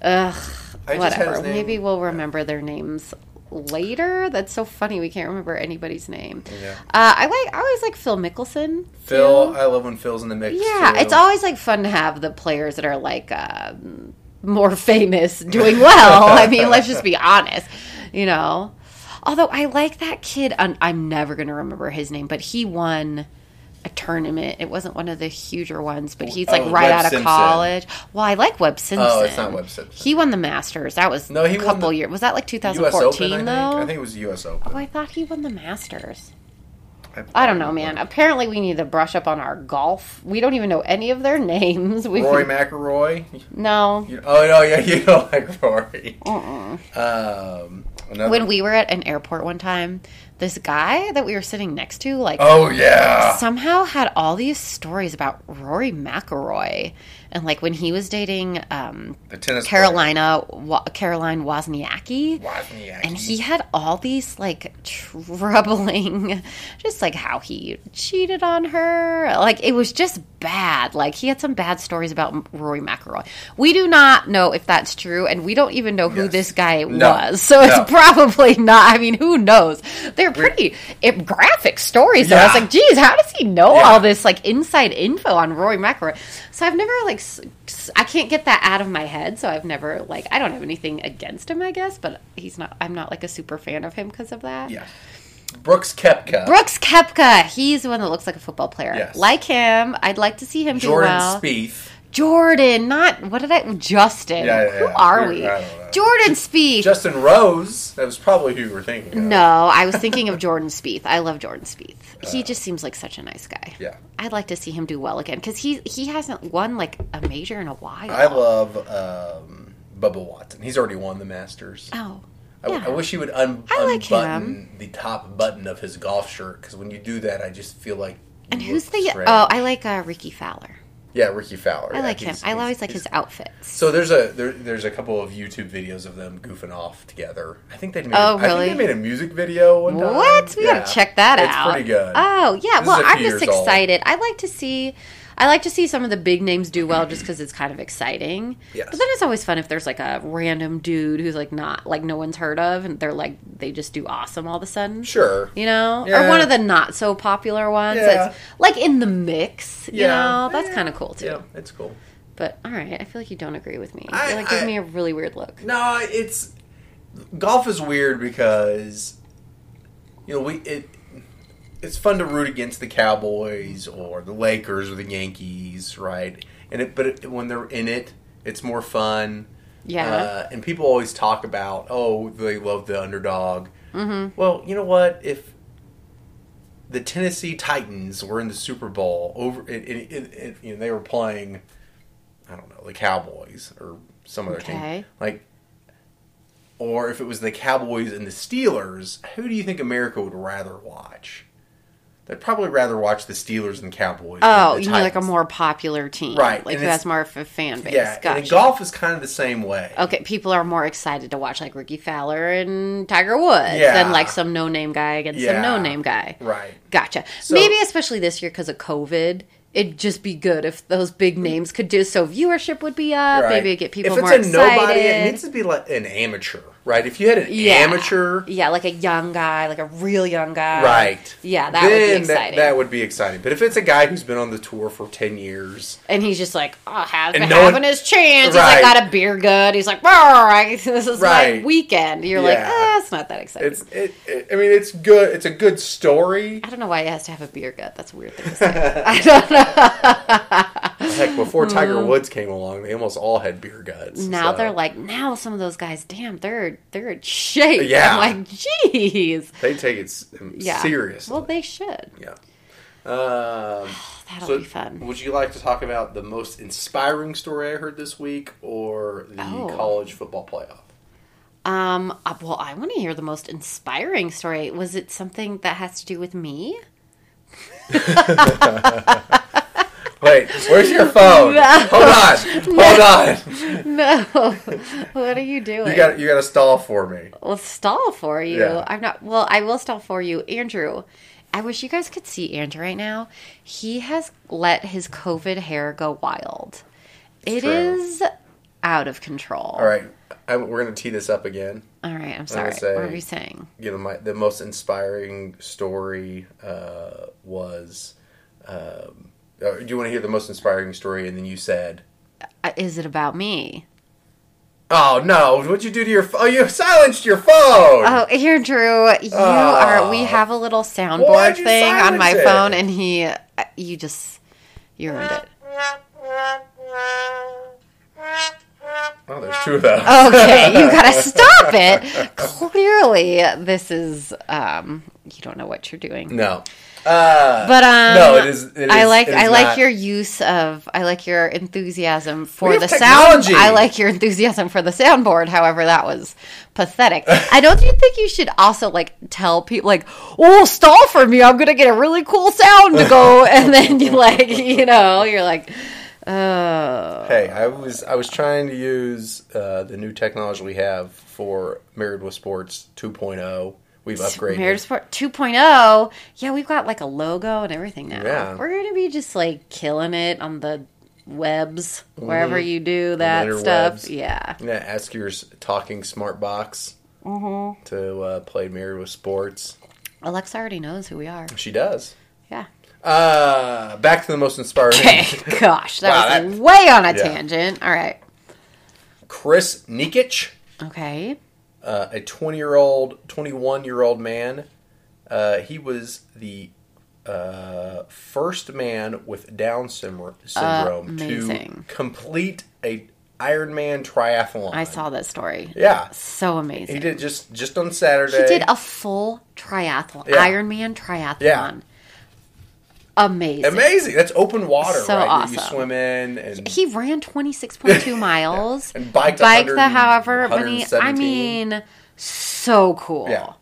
Speaker 2: Ugh.
Speaker 1: Hmm. I just had his
Speaker 2: whatever.
Speaker 1: name.
Speaker 2: Maybe we'll remember their names later. That's so funny. We can't remember anybody's name.
Speaker 1: Yeah.
Speaker 2: Uh, I like. I always like Phil Mickelson.
Speaker 1: Phil,
Speaker 2: too.
Speaker 1: I love when Phil's in the mix.
Speaker 2: Yeah,
Speaker 1: too.
Speaker 2: it's always like fun to have the players that are like um, more (laughs)
Speaker 1: (laughs)
Speaker 2: famous doing well. I mean, let's just be honest, you know. Although I like that kid, I'm, I'm never going to remember his name, but he won a tournament. It wasn't one of the huger ones, but he's like
Speaker 1: Oh,
Speaker 2: right
Speaker 1: Webb
Speaker 2: out of
Speaker 1: Simpson.
Speaker 2: college. Well, I like Webb Simpson.
Speaker 1: Oh, it's not Webb Simpson.
Speaker 2: He won the Masters. That was
Speaker 1: No, he
Speaker 2: a
Speaker 1: won
Speaker 2: couple
Speaker 1: the
Speaker 2: years. Was that like
Speaker 1: U.S.
Speaker 2: 2014
Speaker 1: Open. I think.
Speaker 2: though?
Speaker 1: I think it was U.S. Open.
Speaker 2: Oh, I thought he won the Masters. I don't know, man. Apparently, we need to brush up on our golf. We don't even know any of their (laughs) names. We (laughs)
Speaker 1: Roy McIlroy.
Speaker 2: no.
Speaker 1: You- Oh no, yeah, (laughs) you don't like Rory. Um, another.
Speaker 2: When we were at an airport one time, this guy that we were sitting next to, like,
Speaker 1: oh yeah.
Speaker 2: somehow had all these stories about Rory McIlroy, and like when he was dating um,
Speaker 1: The tennis player.
Speaker 2: Carolina Wa- Caroline Wozniacki.
Speaker 1: Wozniacki.
Speaker 2: and he had all these like troubling (laughs) just like how he cheated on her like it was just bad like he had some bad stories about M- rory mcilroy we do not know if that's true and we don't even know who
Speaker 1: Yes.
Speaker 2: this guy
Speaker 1: No.
Speaker 2: was so
Speaker 1: No.
Speaker 2: it's (laughs) probably not i mean who knows they're pretty eh, graphic stories though. i was
Speaker 1: Yeah.
Speaker 2: like geez how does he know
Speaker 1: Yeah.
Speaker 2: all this like inside info on rory mcilroy so i've never like s- s- i can't get that out of my head so i've never like i don't have anything against him i guess but he's not i'm not like a super fan of him because of that
Speaker 1: Yeah. Brooks Kepka.
Speaker 2: Brooks Kepka, he's the one that looks like a football player.
Speaker 1: Yes.
Speaker 2: Like him, I'd like to see him
Speaker 1: Jordan
Speaker 2: do well.
Speaker 1: Spieth.
Speaker 2: Jordan, not what did I? Justin.
Speaker 1: Yeah, yeah,
Speaker 2: Who
Speaker 1: yeah.
Speaker 2: are
Speaker 1: You're-
Speaker 2: we?
Speaker 1: I don't know.
Speaker 2: Jordan Spieth.
Speaker 1: Justin Rose. That was probably who you were thinking of.
Speaker 2: no, I was thinking of Jordan Spieth. I love Jordan Spieth. He just seems like such a nice guy.
Speaker 1: Yeah.
Speaker 2: I'd like to see him do well again because he he hasn't won like a major in a while.
Speaker 1: I love um, Bubba Watson. He's already won the Masters.
Speaker 2: Oh,
Speaker 1: I,
Speaker 2: yeah.
Speaker 1: I wish he would un-
Speaker 2: I like
Speaker 1: unbutton the top button of his golf shirt because when you do that, I just feel like.
Speaker 2: and
Speaker 1: you
Speaker 2: who's
Speaker 1: look
Speaker 2: the?
Speaker 1: strange.
Speaker 2: Oh, I like uh, Ricky Fowler.
Speaker 1: yeah, Ricky Fowler.
Speaker 2: I
Speaker 1: Yeah,
Speaker 2: like him.
Speaker 1: he's-
Speaker 2: I
Speaker 1: he's-
Speaker 2: always like
Speaker 1: he's-
Speaker 2: his outfits.
Speaker 1: So there's a there, there's a couple of YouTube videos of them goofing off together. I think they made
Speaker 2: Oh,
Speaker 1: I
Speaker 2: really?
Speaker 1: think they made a music video. One time.
Speaker 2: What? We
Speaker 1: Yeah.
Speaker 2: gotta check that
Speaker 1: it's
Speaker 2: out.
Speaker 1: It's pretty good.
Speaker 2: Oh
Speaker 1: This
Speaker 2: yeah.
Speaker 1: is
Speaker 2: well,
Speaker 1: a few
Speaker 2: I'm just
Speaker 1: years old.
Speaker 2: excited. I like to see. I like to see some of the big names do well just because it's kind of exciting.
Speaker 1: Yes.
Speaker 2: But then it's always fun if there's like a random dude who's like not like no one's heard of and they're like they just do awesome all of a sudden.
Speaker 1: sure.
Speaker 2: You know,
Speaker 1: Yeah.
Speaker 2: or one of the not so popular ones
Speaker 1: Yeah.
Speaker 2: that's like in the mix. You
Speaker 1: Yeah.
Speaker 2: know, that's
Speaker 1: Yeah.
Speaker 2: kind of cool too.
Speaker 1: Yeah, it's cool.
Speaker 2: But all right, I feel like you don't agree with me.
Speaker 1: I-
Speaker 2: You're like giving
Speaker 1: I-
Speaker 2: me a really weird look.
Speaker 1: No, it's golf is weird because you know we it it's fun to root against the Cowboys or the Lakers or the Yankees, right? And it, but it, when they're in it, it's more fun.
Speaker 2: Yeah.
Speaker 1: Uh, and people always talk about, oh, they love the underdog. Mm-hmm. Well, you know what? If the Tennessee Titans were in the Super Bowl over, it, it, it, it, you know, they were playing, I don't know, the Cowboys or some other
Speaker 2: Okay.
Speaker 1: team, like, or if it was the Cowboys and the Steelers, who do you think America would rather watch? They'd probably rather watch the Steelers and Cowboys. than
Speaker 2: Oh,
Speaker 1: the
Speaker 2: you mean like a
Speaker 1: Titans.
Speaker 2: more popular team,
Speaker 1: Right,
Speaker 2: Like
Speaker 1: and
Speaker 2: who
Speaker 1: it's-
Speaker 2: has more of a fan base?
Speaker 1: yeah.
Speaker 2: gotcha.
Speaker 1: And golf is kind of the same way.
Speaker 2: okay, people are more excited to watch like Ricky Fowler and Tiger Woods
Speaker 1: Yeah.
Speaker 2: than like some no name guy against
Speaker 1: Yeah.
Speaker 2: some no name guy.
Speaker 1: Right.
Speaker 2: Gotcha.
Speaker 1: So-
Speaker 2: Maybe especially this year because of COVID. it'd just be good if those big names could do so. Viewership would be up.
Speaker 1: Right.
Speaker 2: Maybe it'd get people
Speaker 1: If it's
Speaker 2: more
Speaker 1: a
Speaker 2: excited.
Speaker 1: nobody, it needs to be like an amateur, right? If you had an
Speaker 2: Yeah.
Speaker 1: amateur,
Speaker 2: yeah, like a young guy, like a real young guy.
Speaker 1: right?
Speaker 2: Yeah, that would be
Speaker 1: Then
Speaker 2: exciting.
Speaker 1: That, that would be exciting. But if it's a guy who's been on the tour for ten years,
Speaker 2: And he's just like, oh, have,
Speaker 1: And no
Speaker 2: having
Speaker 1: one-
Speaker 2: his chance.
Speaker 1: Right.
Speaker 2: He's like, got a beer gut. He's like, "Brr, I, (laughs) this is
Speaker 1: Right.
Speaker 2: my weekend. You're like,
Speaker 1: Yeah.
Speaker 2: ah, it's not that exciting.
Speaker 1: it's it, it. I mean, it's good. It's a good story.
Speaker 2: I don't know why he has to have a beer gut. That's a weird thing to say. I don't know.
Speaker 1: Heck,
Speaker 2: (laughs)
Speaker 1: before Tiger Woods came along, they almost all had beer guts.
Speaker 2: Mm-hmm. Now
Speaker 1: so
Speaker 2: they're like, now some of those guys, damn, they're they're in shape.
Speaker 1: Yeah.
Speaker 2: I'm like, jeez.
Speaker 1: they take it s-
Speaker 2: Yeah.
Speaker 1: seriously.
Speaker 2: Well, they should.
Speaker 1: yeah. Um,
Speaker 2: (sighs) That'll
Speaker 1: so
Speaker 2: be fun.
Speaker 1: Would you like to talk about the most inspiring story I heard this week, or the
Speaker 2: Oh.
Speaker 1: college football playoff?
Speaker 2: Um, uh, well, I want to hear the most inspiring story. Was it something that has to do with me? (laughs)
Speaker 1: Wait, where's
Speaker 2: (laughs)
Speaker 1: your phone? Hold on, hold on.
Speaker 2: No. what are you doing?
Speaker 1: You got you got to stall for me.
Speaker 2: Well, stall for you.
Speaker 1: Yeah.
Speaker 2: I'm not. Well, I will stall for you, Andrew. I wish you guys could see Andrew right now. He has let his COVID hair go wild. It
Speaker 1: true.
Speaker 2: is out of control.
Speaker 1: All right, I, we're gonna tee this up again.
Speaker 2: All right. I'm sorry.
Speaker 1: say-
Speaker 2: what were you saying?
Speaker 1: You know, my the most inspiring story uh, was. Um, uh, do you want to hear the most inspiring story? And then you said,
Speaker 2: Uh, Is it about me?
Speaker 1: "Oh no! What'd you do to your? Ph- oh, you silenced your phone."
Speaker 2: Oh, Andrew, you are. We have a little soundboard
Speaker 1: Ah. Why'd you
Speaker 2: thing on my
Speaker 1: silence it?
Speaker 2: phone, and he, uh, you just, you
Speaker 1: (laughs)
Speaker 2: ruined it.
Speaker 1: Oh, there's two of those.
Speaker 2: Uh-huh. okay, you gotta stop
Speaker 1: (laughs)
Speaker 2: it. Clearly, this is um, you don't know what you're doing.
Speaker 1: No. Uh,
Speaker 2: But um,
Speaker 1: No, it is- it
Speaker 2: I
Speaker 1: is-
Speaker 2: like
Speaker 1: it is
Speaker 2: I like
Speaker 1: not-
Speaker 2: your use of I like your enthusiasm for
Speaker 1: have
Speaker 2: the sound.
Speaker 1: technology.
Speaker 2: I like your enthusiasm for the soundboard. However, that was pathetic.
Speaker 1: (laughs)
Speaker 2: I don't you think you should also like tell people like, oh, stall for me. I'm gonna get a really cool sound to
Speaker 1: (laughs)
Speaker 2: go, and then you like you know you're like, oh,
Speaker 1: hey, I was I was trying to use uh, the new technology we have for Married with Sports 2.0. We've upgraded.
Speaker 2: Marriage Sport 2.0. oh. Yeah, we've got like a logo and everything now.
Speaker 1: Yeah.
Speaker 2: We're going to be just like killing it on the webs, wherever
Speaker 1: Mm-hmm.
Speaker 2: you do that
Speaker 1: interwebs.
Speaker 2: stuff. Yeah.
Speaker 1: I'm gonna ask your s- talking smart box to uh, play Married with Sports.
Speaker 2: Alexa already knows who we are.
Speaker 1: She does.
Speaker 2: Yeah.
Speaker 1: Uh, back to the most inspiring.
Speaker 2: Okay. (laughs) Gosh, that
Speaker 1: Wow,
Speaker 2: was
Speaker 1: that-
Speaker 2: way on a
Speaker 1: Yeah.
Speaker 2: tangent. All right.
Speaker 1: (laughs) Chris Nikic,
Speaker 2: Okay.
Speaker 1: uh, a 20 year old, 21 year old man. Uh, he was the uh, first man with Down sym- syndrome
Speaker 2: Amazing.
Speaker 1: to complete a Ironman triathlon.
Speaker 2: I saw that story.
Speaker 1: Yeah,
Speaker 2: So amazing.
Speaker 1: he did just just on Saturday.
Speaker 2: She did a full triathlon,
Speaker 1: Yeah.
Speaker 2: Ironman triathlon.
Speaker 1: Yeah.
Speaker 2: Amazing.
Speaker 1: amazing. That's open water,
Speaker 2: So
Speaker 1: right? that You
Speaker 2: awesome.
Speaker 1: swim in and
Speaker 2: He
Speaker 1: (laughs)
Speaker 2: ran 26.2 miles.
Speaker 1: And biked a
Speaker 2: Biked the
Speaker 1: hundred and-
Speaker 2: however many. I
Speaker 1: 117.
Speaker 2: mean, so cool.
Speaker 1: Yeah.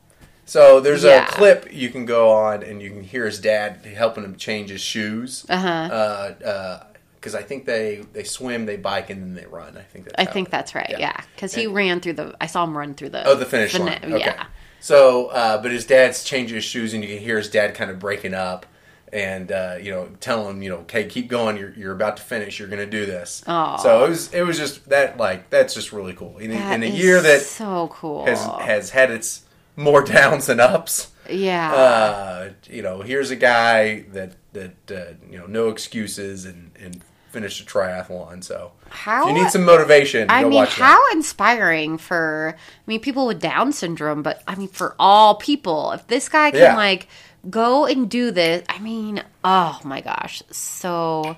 Speaker 1: So there's
Speaker 2: Yeah.
Speaker 1: a clip you can go on and you can hear his dad helping him change his shoes.
Speaker 2: Uh-huh.
Speaker 1: Uh Because I think they they swim, they bike, and then they run. I think that's
Speaker 2: I
Speaker 1: how
Speaker 2: think
Speaker 1: it-
Speaker 2: that's right. Yeah. Because he
Speaker 1: And-
Speaker 2: ran through the, I saw him run through the.
Speaker 1: Oh, the finish
Speaker 2: fini-
Speaker 1: line. Okay.
Speaker 2: Yeah.
Speaker 1: So, uh, but his dad's changing his shoes, and you can hear his dad kind of breaking up, and uh, you know, telling him, you know, okay, keep going. You're, you're about to finish. You're going to do this.
Speaker 2: Aw.
Speaker 1: So it was it was just that like that's just really cool. In, a-
Speaker 2: That
Speaker 1: in a
Speaker 2: is
Speaker 1: year that
Speaker 2: so cool.
Speaker 1: has has had its more (laughs) downs than ups.
Speaker 2: yeah.
Speaker 1: Uh, you know, here's a guy that that uh, you know, no excuses, and and finished a triathlon. So
Speaker 2: How-
Speaker 1: if you need some motivation,
Speaker 2: I
Speaker 1: go
Speaker 2: mean,
Speaker 1: watch that.
Speaker 2: how inspiring for I mean people with Down syndrome, but I mean for all people. If this guy can
Speaker 1: Yeah.
Speaker 2: like go and do this, I mean, oh my gosh, so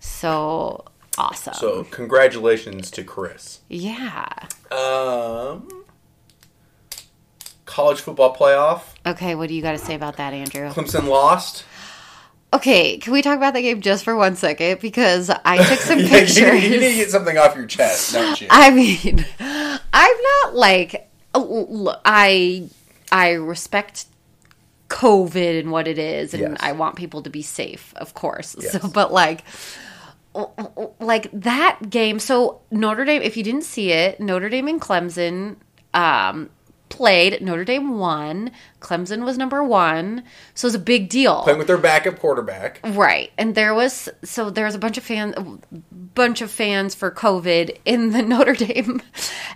Speaker 2: so awesome.
Speaker 1: So congratulations to Chris.
Speaker 2: yeah.
Speaker 1: Um, college football playoff.
Speaker 2: Okay, what do you got to say about that, Andrew?
Speaker 1: Clemson lost. (laughs)
Speaker 2: Okay, can we talk about that game just for one second because I took
Speaker 1: (laughs)
Speaker 2: some
Speaker 1: Yeah,
Speaker 2: pictures.
Speaker 1: you, you need to get something off your chest,
Speaker 2: (laughs)
Speaker 1: don't you?
Speaker 2: I mean, (laughs) I'm not like oh, l- I I respect COVID and what it is, and
Speaker 1: Yes.
Speaker 2: I want people to be safe, of course. (laughs)
Speaker 1: Yes.
Speaker 2: So, but like. Like that game. So Notre Dame, if you didn't see it, Notre Dame and Clemson um, played. Notre Dame won. Clemson was number one. So it was a big deal.
Speaker 1: Playing with their backup quarterback.
Speaker 2: Right, and there was so there was a bunch of fan, bunch of fans for COVID in the (laughs) Notre Dame,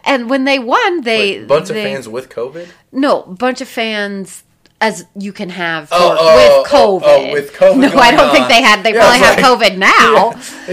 Speaker 2: and when they won, they
Speaker 1: Wait, bunch
Speaker 2: they-
Speaker 1: of fans with
Speaker 2: (laughs)
Speaker 1: COVID.
Speaker 2: No, bunch of fans as you can have for,
Speaker 1: Oh, oh,
Speaker 2: with
Speaker 1: oh,
Speaker 2: COVID.
Speaker 1: oh, with COVID
Speaker 2: (laughs) No, I
Speaker 1: going
Speaker 2: don't think
Speaker 1: on.
Speaker 2: they had. They
Speaker 1: Yeah,
Speaker 2: probably
Speaker 1: it's
Speaker 2: have COVID now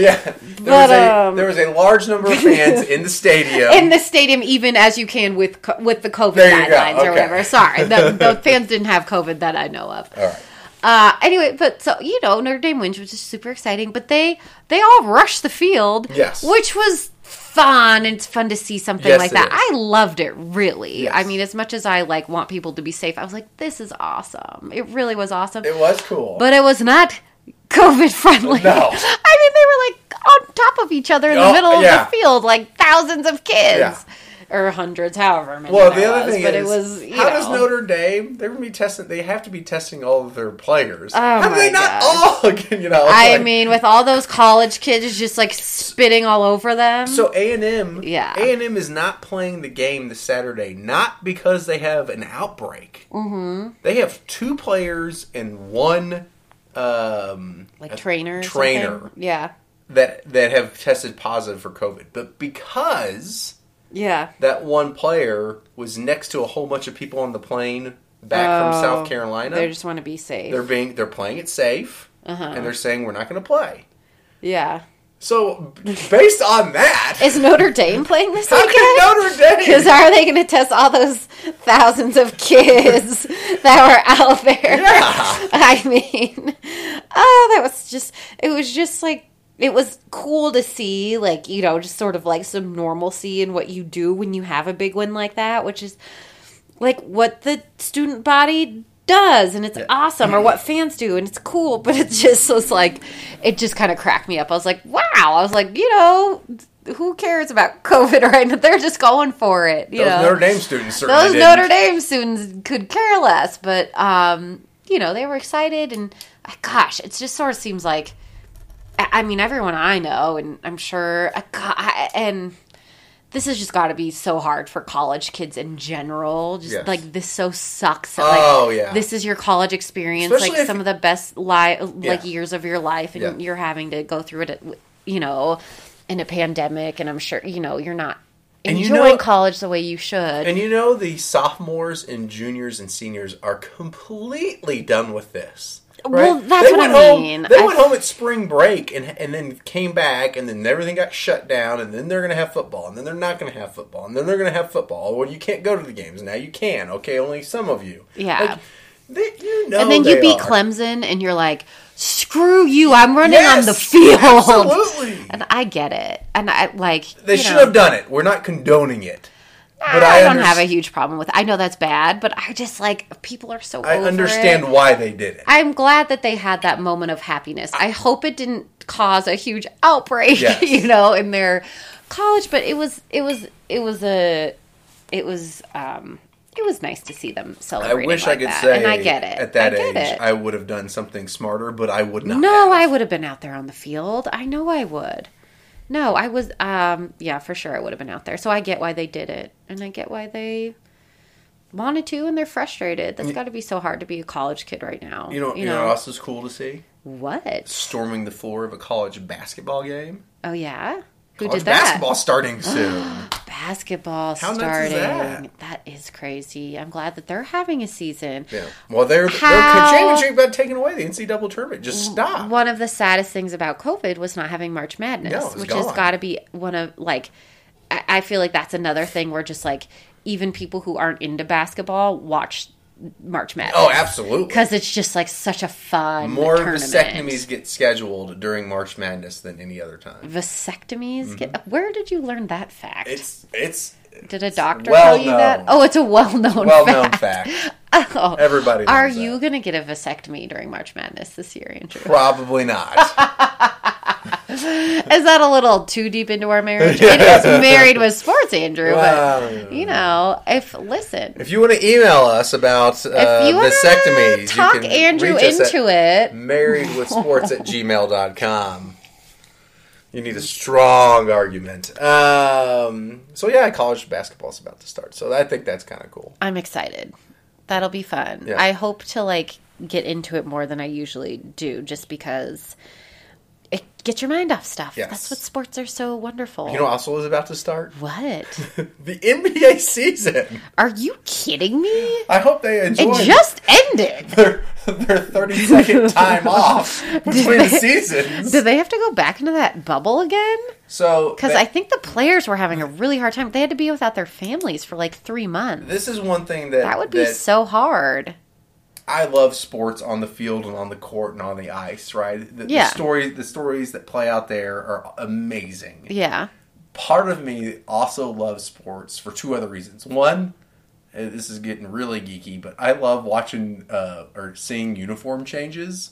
Speaker 1: (laughs) Yeah, there,
Speaker 2: But,
Speaker 1: was a,
Speaker 2: um,
Speaker 1: there was a large number of fans
Speaker 2: (laughs)
Speaker 1: in the stadium.
Speaker 2: in the stadium, even as you can with co- with the COVID
Speaker 1: There you go,
Speaker 2: guidelines
Speaker 1: okay.
Speaker 2: or whatever.
Speaker 1: (laughs)
Speaker 2: Sorry, the, the fans didn't have COVID that I know of.
Speaker 1: All right.
Speaker 2: Uh, anyway, but so you know, Notre Dame wins, which is super exciting. But they they all rushed the field,
Speaker 1: Yes.
Speaker 2: which was fun. and It's fun to see something
Speaker 1: Yes,
Speaker 2: like
Speaker 1: it
Speaker 2: that.
Speaker 1: is.
Speaker 2: I loved it. Really,
Speaker 1: Yes.
Speaker 2: I mean, as much as I like want people to be safe, I was like, this is awesome. It really was awesome,
Speaker 1: It was cool.
Speaker 2: but it was not COVID friendly.
Speaker 1: No.
Speaker 2: (laughs) I mean, they were like on top of each other in the
Speaker 1: Oh,
Speaker 2: middle of
Speaker 1: yeah.
Speaker 2: the field, like thousands of kids.
Speaker 1: Yeah.
Speaker 2: Or hundreds, however many.
Speaker 1: well,
Speaker 2: there
Speaker 1: the other
Speaker 2: was,
Speaker 1: thing
Speaker 2: but
Speaker 1: is,
Speaker 2: it was. You
Speaker 1: how
Speaker 2: know,
Speaker 1: does Notre Dame? They're gonna be testing. They have to be testing all of their players.
Speaker 2: Oh
Speaker 1: how do
Speaker 2: my
Speaker 1: they not all? (laughs) get- You know, it's
Speaker 2: I
Speaker 1: like-
Speaker 2: mean, with all those college kids just like spitting all over them.
Speaker 1: So A and M,
Speaker 2: Yeah.
Speaker 1: A and M is not playing the game this Saturday, not because they have an outbreak. Mm-hmm. They have two players and one um,
Speaker 2: like trainer, or
Speaker 1: trainer.
Speaker 2: something. Yeah,
Speaker 1: that that have tested positive for COVID, but because
Speaker 2: yeah.
Speaker 1: that one player was next to a whole bunch of people on the plane back
Speaker 2: Oh,
Speaker 1: from South Carolina,
Speaker 2: They
Speaker 1: they're,
Speaker 2: just want to be safe.
Speaker 1: being they're playing it safe,
Speaker 2: Uh-huh.
Speaker 1: and they're saying we're not going to play.
Speaker 2: yeah.
Speaker 1: So b- based on that,
Speaker 2: Is Notre Dame playing this
Speaker 1: how can
Speaker 2: weekend?
Speaker 1: Notre Dame?
Speaker 2: Because are they going to test all those thousands of kids that were out there?
Speaker 1: Yeah.
Speaker 2: (laughs) I mean, oh, that was just, it was just like, it was cool to see, like, you know, just sort of like some normalcy in what you do when you have a big win like that, which is like what the student body does and it's awesome or what fans do and it's cool (laughs) but it just was like it just kind of cracked me up i was like wow i was like you know who cares about covid (laughs) right now they're just going for it you
Speaker 1: Those
Speaker 2: know
Speaker 1: Notre Dame students certainly
Speaker 2: those
Speaker 1: didn't.
Speaker 2: Notre Dame students could care less, but um, you know they were excited, and uh, gosh, it just sort of seems like, I I mean, everyone I know, and I'm sure, uh, go- I- and this has just got to be so hard for college kids in general. Just
Speaker 1: Yes.
Speaker 2: like this, so sucks. that,
Speaker 1: Oh,
Speaker 2: like,
Speaker 1: yeah.
Speaker 2: this is your college experience,
Speaker 1: Especially
Speaker 2: like
Speaker 1: if-
Speaker 2: some of the best li- like
Speaker 1: Yeah.
Speaker 2: years of your life, and
Speaker 1: Yeah.
Speaker 2: you're having to go through it, at- you know, in a pandemic, and I'm sure you know you're not.
Speaker 1: And you
Speaker 2: enjoying
Speaker 1: know-
Speaker 2: college the way you should.
Speaker 1: And you know the sophomores and juniors and seniors are completely done with this.
Speaker 2: Well,
Speaker 1: right?
Speaker 2: that's
Speaker 1: They
Speaker 2: what
Speaker 1: went
Speaker 2: I
Speaker 1: home-
Speaker 2: mean.
Speaker 1: They
Speaker 2: I-
Speaker 1: went home at spring break and and then came back and then everything got shut down and then they're going to have football and then they're not going to have football and then they're going to have football. Well, you can't go to the games now. You can. Okay, only some of you.
Speaker 2: Yeah.
Speaker 1: Like, they, you know.
Speaker 2: and then you
Speaker 1: Oh, they
Speaker 2: beat
Speaker 1: are.
Speaker 2: Clemson, and you're like, "Screw you! I'm running
Speaker 1: Yes,
Speaker 2: on the field."
Speaker 1: Absolutely.
Speaker 2: And I get it, and I like
Speaker 1: They
Speaker 2: you
Speaker 1: should
Speaker 2: know,
Speaker 1: have done it. We're not condoning it. But
Speaker 2: I,
Speaker 1: I,
Speaker 2: don't
Speaker 1: underst-
Speaker 2: have a huge problem with. I know that's bad, but I just like people are so.
Speaker 1: I
Speaker 2: over
Speaker 1: understand
Speaker 2: it.
Speaker 1: why they did it.
Speaker 2: I'm glad that they had that moment of happiness. I hope it didn't cause a huge outbreak, (laughs)
Speaker 1: Yes.
Speaker 2: you know, in their college. But it was, it was, it was a, it was, um, it was nice to see them
Speaker 1: I
Speaker 2: celebrating.
Speaker 1: wish
Speaker 2: like
Speaker 1: I could
Speaker 2: that.
Speaker 1: say
Speaker 2: and I get it
Speaker 1: at that
Speaker 2: I
Speaker 1: age
Speaker 2: get it.
Speaker 1: I would have done something smarter, but I would not.
Speaker 2: No,
Speaker 1: have.
Speaker 2: I would have been out there on the field. I know I would. No, I was um yeah, for sure I would have been out there. So I get why they did it and I get why they wanted to and they're frustrated. That's got to be so hard to be a college kid right now.
Speaker 1: You know, you know, what else is cool to see
Speaker 2: what?
Speaker 1: storming the floor of a college basketball game.
Speaker 2: Oh yeah. Who
Speaker 1: College
Speaker 2: did that?
Speaker 1: basketball
Speaker 2: (gasps)
Speaker 1: starting soon.
Speaker 2: Basketball
Speaker 1: How nuts is
Speaker 2: starting.
Speaker 1: that?
Speaker 2: that is crazy. I'm glad that they're having a season.
Speaker 1: yeah. Well, they're
Speaker 2: How-
Speaker 1: they're changing about taking away the NCAA tournament. Just stop.
Speaker 2: one of the saddest things about COVID was not having March Madness,
Speaker 1: No, it was
Speaker 2: which has
Speaker 1: gone.
Speaker 2: got to be one of like. I I feel like that's another thing where just like even people who aren't into basketball watch March
Speaker 1: Oh,
Speaker 2: Madness
Speaker 1: absolutely.
Speaker 2: because it's just like such a fun
Speaker 1: More
Speaker 2: tournament.
Speaker 1: vasectomies get scheduled during March Madness than any other time.
Speaker 2: Vasectomies. Get, where did you learn that fact?
Speaker 1: Mm-hmm. It's it's
Speaker 2: did a doctor
Speaker 1: well
Speaker 2: tell you that?
Speaker 1: known.
Speaker 2: Oh, it's a well-known
Speaker 1: well known
Speaker 2: fact.
Speaker 1: fact.
Speaker 2: (laughs) Oh.
Speaker 1: Everybody knows
Speaker 2: Are
Speaker 1: that.
Speaker 2: you going to get a vasectomy during March Madness this year, Andrew? (laughs)
Speaker 1: Probably not.
Speaker 2: Is that a little too deep into
Speaker 1: (laughs)
Speaker 2: our marriage? It is married with sports, Andrew.
Speaker 1: Wow.
Speaker 2: But you know, if listen,
Speaker 1: if you want to email us about uh,
Speaker 2: if you wanna
Speaker 1: vasectomies, you
Speaker 2: talk
Speaker 1: can
Speaker 2: Andrew
Speaker 1: reach us at-
Speaker 2: into it. (laughs)
Speaker 1: marriedwithsports at gmail.com. You need a strong argument. Um, so yeah, college basketball's about to start, so I think that's kind of cool.
Speaker 2: I'm excited. That'll be fun.
Speaker 1: Yeah.
Speaker 2: I hope to like get into it more than I usually do just because it get your mind off stuff.
Speaker 1: Yes.
Speaker 2: That's what sports are so wonderful.
Speaker 1: You know, what also is about to start (laughs)
Speaker 2: what?
Speaker 1: the NBA season.
Speaker 2: Are you kidding me?
Speaker 1: I hope they (laughs) enjoy
Speaker 2: It just ended. (laughs)
Speaker 1: their their thirty second time off between
Speaker 2: (laughs)
Speaker 1: the
Speaker 2: they-
Speaker 1: seasons.
Speaker 2: Do they have to go back into that bubble again?
Speaker 1: so
Speaker 2: Because
Speaker 1: they-
Speaker 2: I think the players were having a really hard time. They had to be without their families for like three months.
Speaker 1: this is one thing that
Speaker 2: That would be
Speaker 1: that
Speaker 2: so hard.
Speaker 1: I love sports on the field and on the court and on the ice. Right? The, the
Speaker 2: Yeah.
Speaker 1: story the stories that play out there are amazing.
Speaker 2: Yeah.
Speaker 1: part of me also loves sports for two other reasons. One, and this is getting really geeky, but I love watching uh, or seeing uniform changes.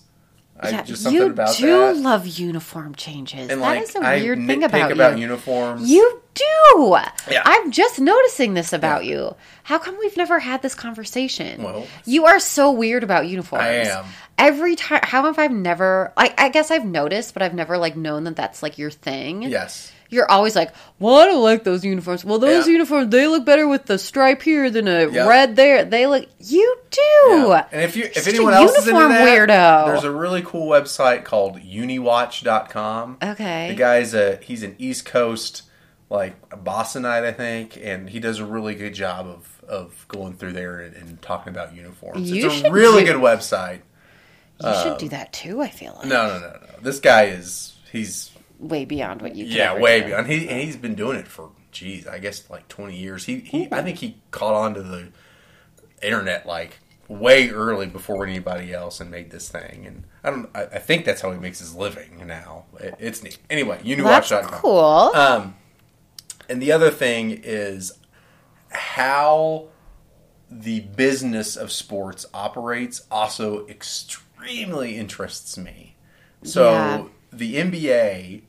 Speaker 1: I
Speaker 2: yeah,
Speaker 1: just something
Speaker 2: you
Speaker 1: about
Speaker 2: do
Speaker 1: that.
Speaker 2: love uniform changes. That
Speaker 1: and
Speaker 2: is
Speaker 1: like
Speaker 2: a
Speaker 1: I
Speaker 2: weird
Speaker 1: nitpick
Speaker 2: thing about, you.
Speaker 1: uniforms.
Speaker 2: You do.
Speaker 1: Yeah.
Speaker 2: I'm just noticing this about you. How come we've never had this conversation?
Speaker 1: Well-
Speaker 2: you are so weird about uniforms.
Speaker 1: I am.
Speaker 2: Every time, how have I never? I, I guess I've noticed, but I've never like known that that's like your thing.
Speaker 1: yes.
Speaker 2: You're always like, well, I don't like those uniforms. Well, those
Speaker 1: Yeah.
Speaker 2: uniforms they look better with the stripe here than a
Speaker 1: Yeah.
Speaker 2: red there. They look. You do.
Speaker 1: Yeah. And if you if
Speaker 2: Such a
Speaker 1: anyone else is into
Speaker 2: uniform
Speaker 1: that,
Speaker 2: weirdo.
Speaker 1: there's a really cool website called uniwatch.com.
Speaker 2: Okay.
Speaker 1: The guy's a he's an East Coast like Bostonite, I think, and he does a really good job of of going through there and, and talking about uniforms.
Speaker 2: You
Speaker 1: it's a
Speaker 2: should
Speaker 1: really
Speaker 2: do-
Speaker 1: good website.
Speaker 2: You should do that too. I feel like
Speaker 1: uh, No, no, no, no. This guy is he's
Speaker 2: way beyond what you. could
Speaker 1: yeah,
Speaker 2: ever
Speaker 1: way
Speaker 2: do.
Speaker 1: beyond. He and he's been doing it for geez, I guess like twenty years. He he, I think he caught on to the internet like way early before anybody else and made this thing. And I don't, I, I think that's how he makes his living now. It, it's neat. Anyway, you knew
Speaker 2: That's
Speaker 1: watch.com.
Speaker 2: cool.
Speaker 1: Um, and the other thing is how the business of sports operates also extremely interests me. So
Speaker 2: Yeah.
Speaker 1: the NBA,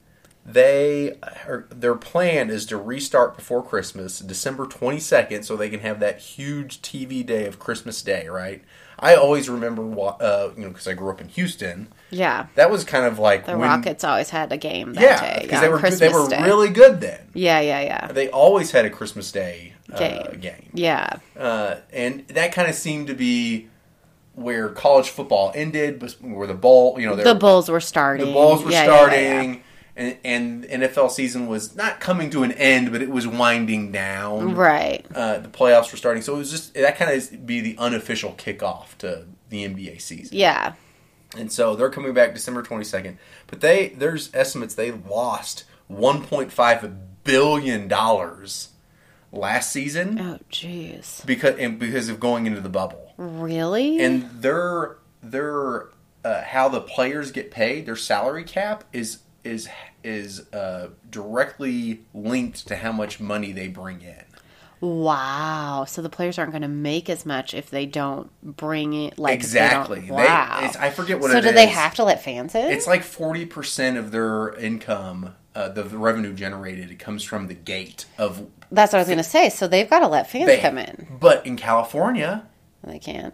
Speaker 1: they are, their plan is to restart before Christmas, December twenty second, so they can have that huge TV day of Christmas Day. Right? I always remember, wa- uh, you know, because I grew up in Houston.
Speaker 2: yeah.
Speaker 1: That was kind of like
Speaker 2: The
Speaker 1: when-
Speaker 2: Rockets always had a game that
Speaker 1: Yeah,
Speaker 2: day.
Speaker 1: because
Speaker 2: on
Speaker 1: they were
Speaker 2: Christmas
Speaker 1: they were
Speaker 2: Day.
Speaker 1: really good then.
Speaker 2: Yeah, yeah, yeah.
Speaker 1: They always had a Christmas Day uh,
Speaker 2: Game.
Speaker 1: game.
Speaker 2: Yeah.
Speaker 1: Uh, and that kind of seemed to be where college football ended, but where the bowl, you know,
Speaker 2: The
Speaker 1: the,
Speaker 2: Bulls were starting.
Speaker 1: the balls were
Speaker 2: Yeah, yeah, yeah,
Speaker 1: starting,
Speaker 2: yeah.
Speaker 1: And, and the NFL season was not coming to an end, but it was winding down.
Speaker 2: Right.
Speaker 1: Uh, the playoffs were starting, so it was just that kind of be the unofficial kickoff to the NBA season.
Speaker 2: Yeah.
Speaker 1: And so they're coming back December 22nd. But they there's estimates they lost 1.5 billion dollars last season
Speaker 2: Oh, jeez.
Speaker 1: because and because of going into the bubble.
Speaker 2: Really?
Speaker 1: And their their uh, how the players get paid, their salary cap is is is uh, directly linked to how much money they bring in.
Speaker 2: wow. So the players aren't going to make as much if they don't bring it. Like if
Speaker 1: Exactly. They
Speaker 2: They don't, wow.
Speaker 1: it's, I forget what
Speaker 2: so
Speaker 1: it
Speaker 2: do they
Speaker 1: is.
Speaker 2: have to let fans in?
Speaker 1: It's like forty percent of their income, uh, the revenue generated, it comes from the gate of.
Speaker 2: That's what I was going to say. So they've got to let fans
Speaker 1: They,
Speaker 2: come in.
Speaker 1: but in California,
Speaker 2: They can't.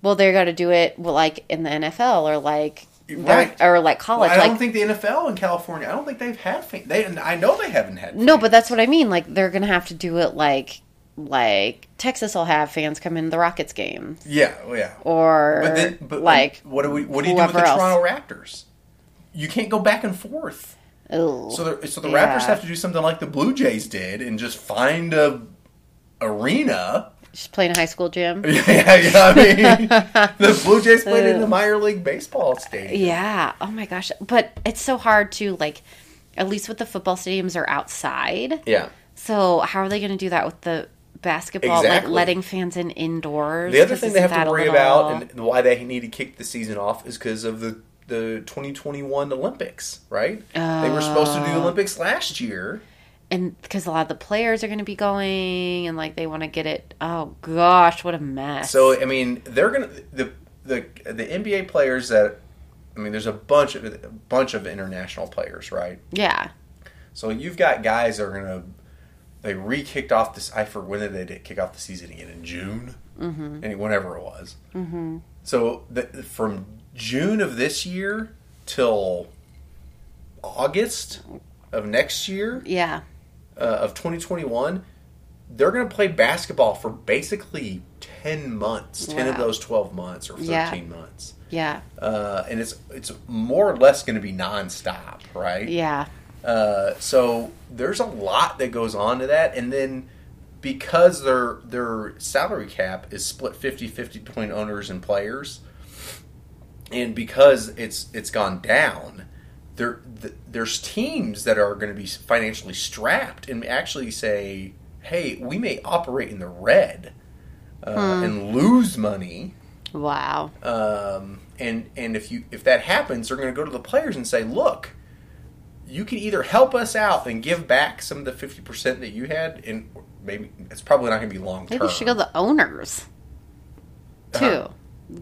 Speaker 2: Well, they're going to do it well, like in the NFL or like
Speaker 1: Right.
Speaker 2: or like college.
Speaker 1: I
Speaker 2: Oh, like
Speaker 1: don't think the NFL in California. I don't think they've had. Fan, they, I know they haven't had.
Speaker 2: No, but that's what I mean. Like they're gonna have to do it like like Texas will have fans come in the Rockets game
Speaker 1: yeah, oh, yeah.
Speaker 2: or
Speaker 1: But then, but
Speaker 2: like
Speaker 1: what do we? What do you do with the
Speaker 2: whoever else.
Speaker 1: Toronto Raptors? You can't go back and forth.
Speaker 2: ugh.
Speaker 1: So the so the
Speaker 2: Yeah.
Speaker 1: Raptors have to do something like the Blue Jays did and just find a arena. (laughs)
Speaker 2: just playing a high school gym.
Speaker 1: yeah, yeah. I
Speaker 2: (laughs)
Speaker 1: mean, the Blue Jays played in the minor league baseball stadium.
Speaker 2: Yeah. Oh my gosh. But it's so hard to like. At least with the football stadiums are outside.
Speaker 1: Yeah.
Speaker 2: So how are they gonna do that with the basketball? Like
Speaker 1: Exactly.
Speaker 2: letting fans in indoors.
Speaker 1: The other
Speaker 2: 'Cause
Speaker 1: thing they have
Speaker 2: isn't
Speaker 1: to
Speaker 2: that a
Speaker 1: worry
Speaker 2: little-
Speaker 1: about and why they need to kick the season off is because of the, the 2021 Olympics, right? They were supposed to do the Olympics last year.
Speaker 2: and because a lot of the players are gonna be going and like they want to get it. Oh gosh, what a mess.
Speaker 1: So I mean, they're gonna the the the NBA players that I mean, there's a bunch of a bunch of international players, right?
Speaker 2: yeah.
Speaker 1: So you've got guys that are gonna they re kicked off this. I for when did they kick off the season again in June, mm-hmm. and whenever it was. Mm-hmm. So the, from June of this year till August, of next year
Speaker 2: Yeah.
Speaker 1: uh, of 2021, they're going to play basketball for basically 10 months, 10 of
Speaker 2: Wow.
Speaker 1: those 12 months or 13
Speaker 2: Yeah.
Speaker 1: months.
Speaker 2: Yeah.
Speaker 1: Uh, and it's it's more or less going to be nonstop, right?
Speaker 2: Yeah.
Speaker 1: Uh, so there's a lot that goes on to that, and then because their their salary cap is split 50-50 between owners and players, and because it's it's gone down, there th- there's teams that are going to be financially strapped and actually say, "Hey, we may operate in the red uh, and lose money."
Speaker 2: Wow.
Speaker 1: Um, and and if you if that happens, they're going to go to the players and say, "Look, you can either help us out and give back some of the fifty percent that you had, and maybe it's probably not going to be long term."
Speaker 2: Maybe we should go to the owners too.
Speaker 1: Uh-huh.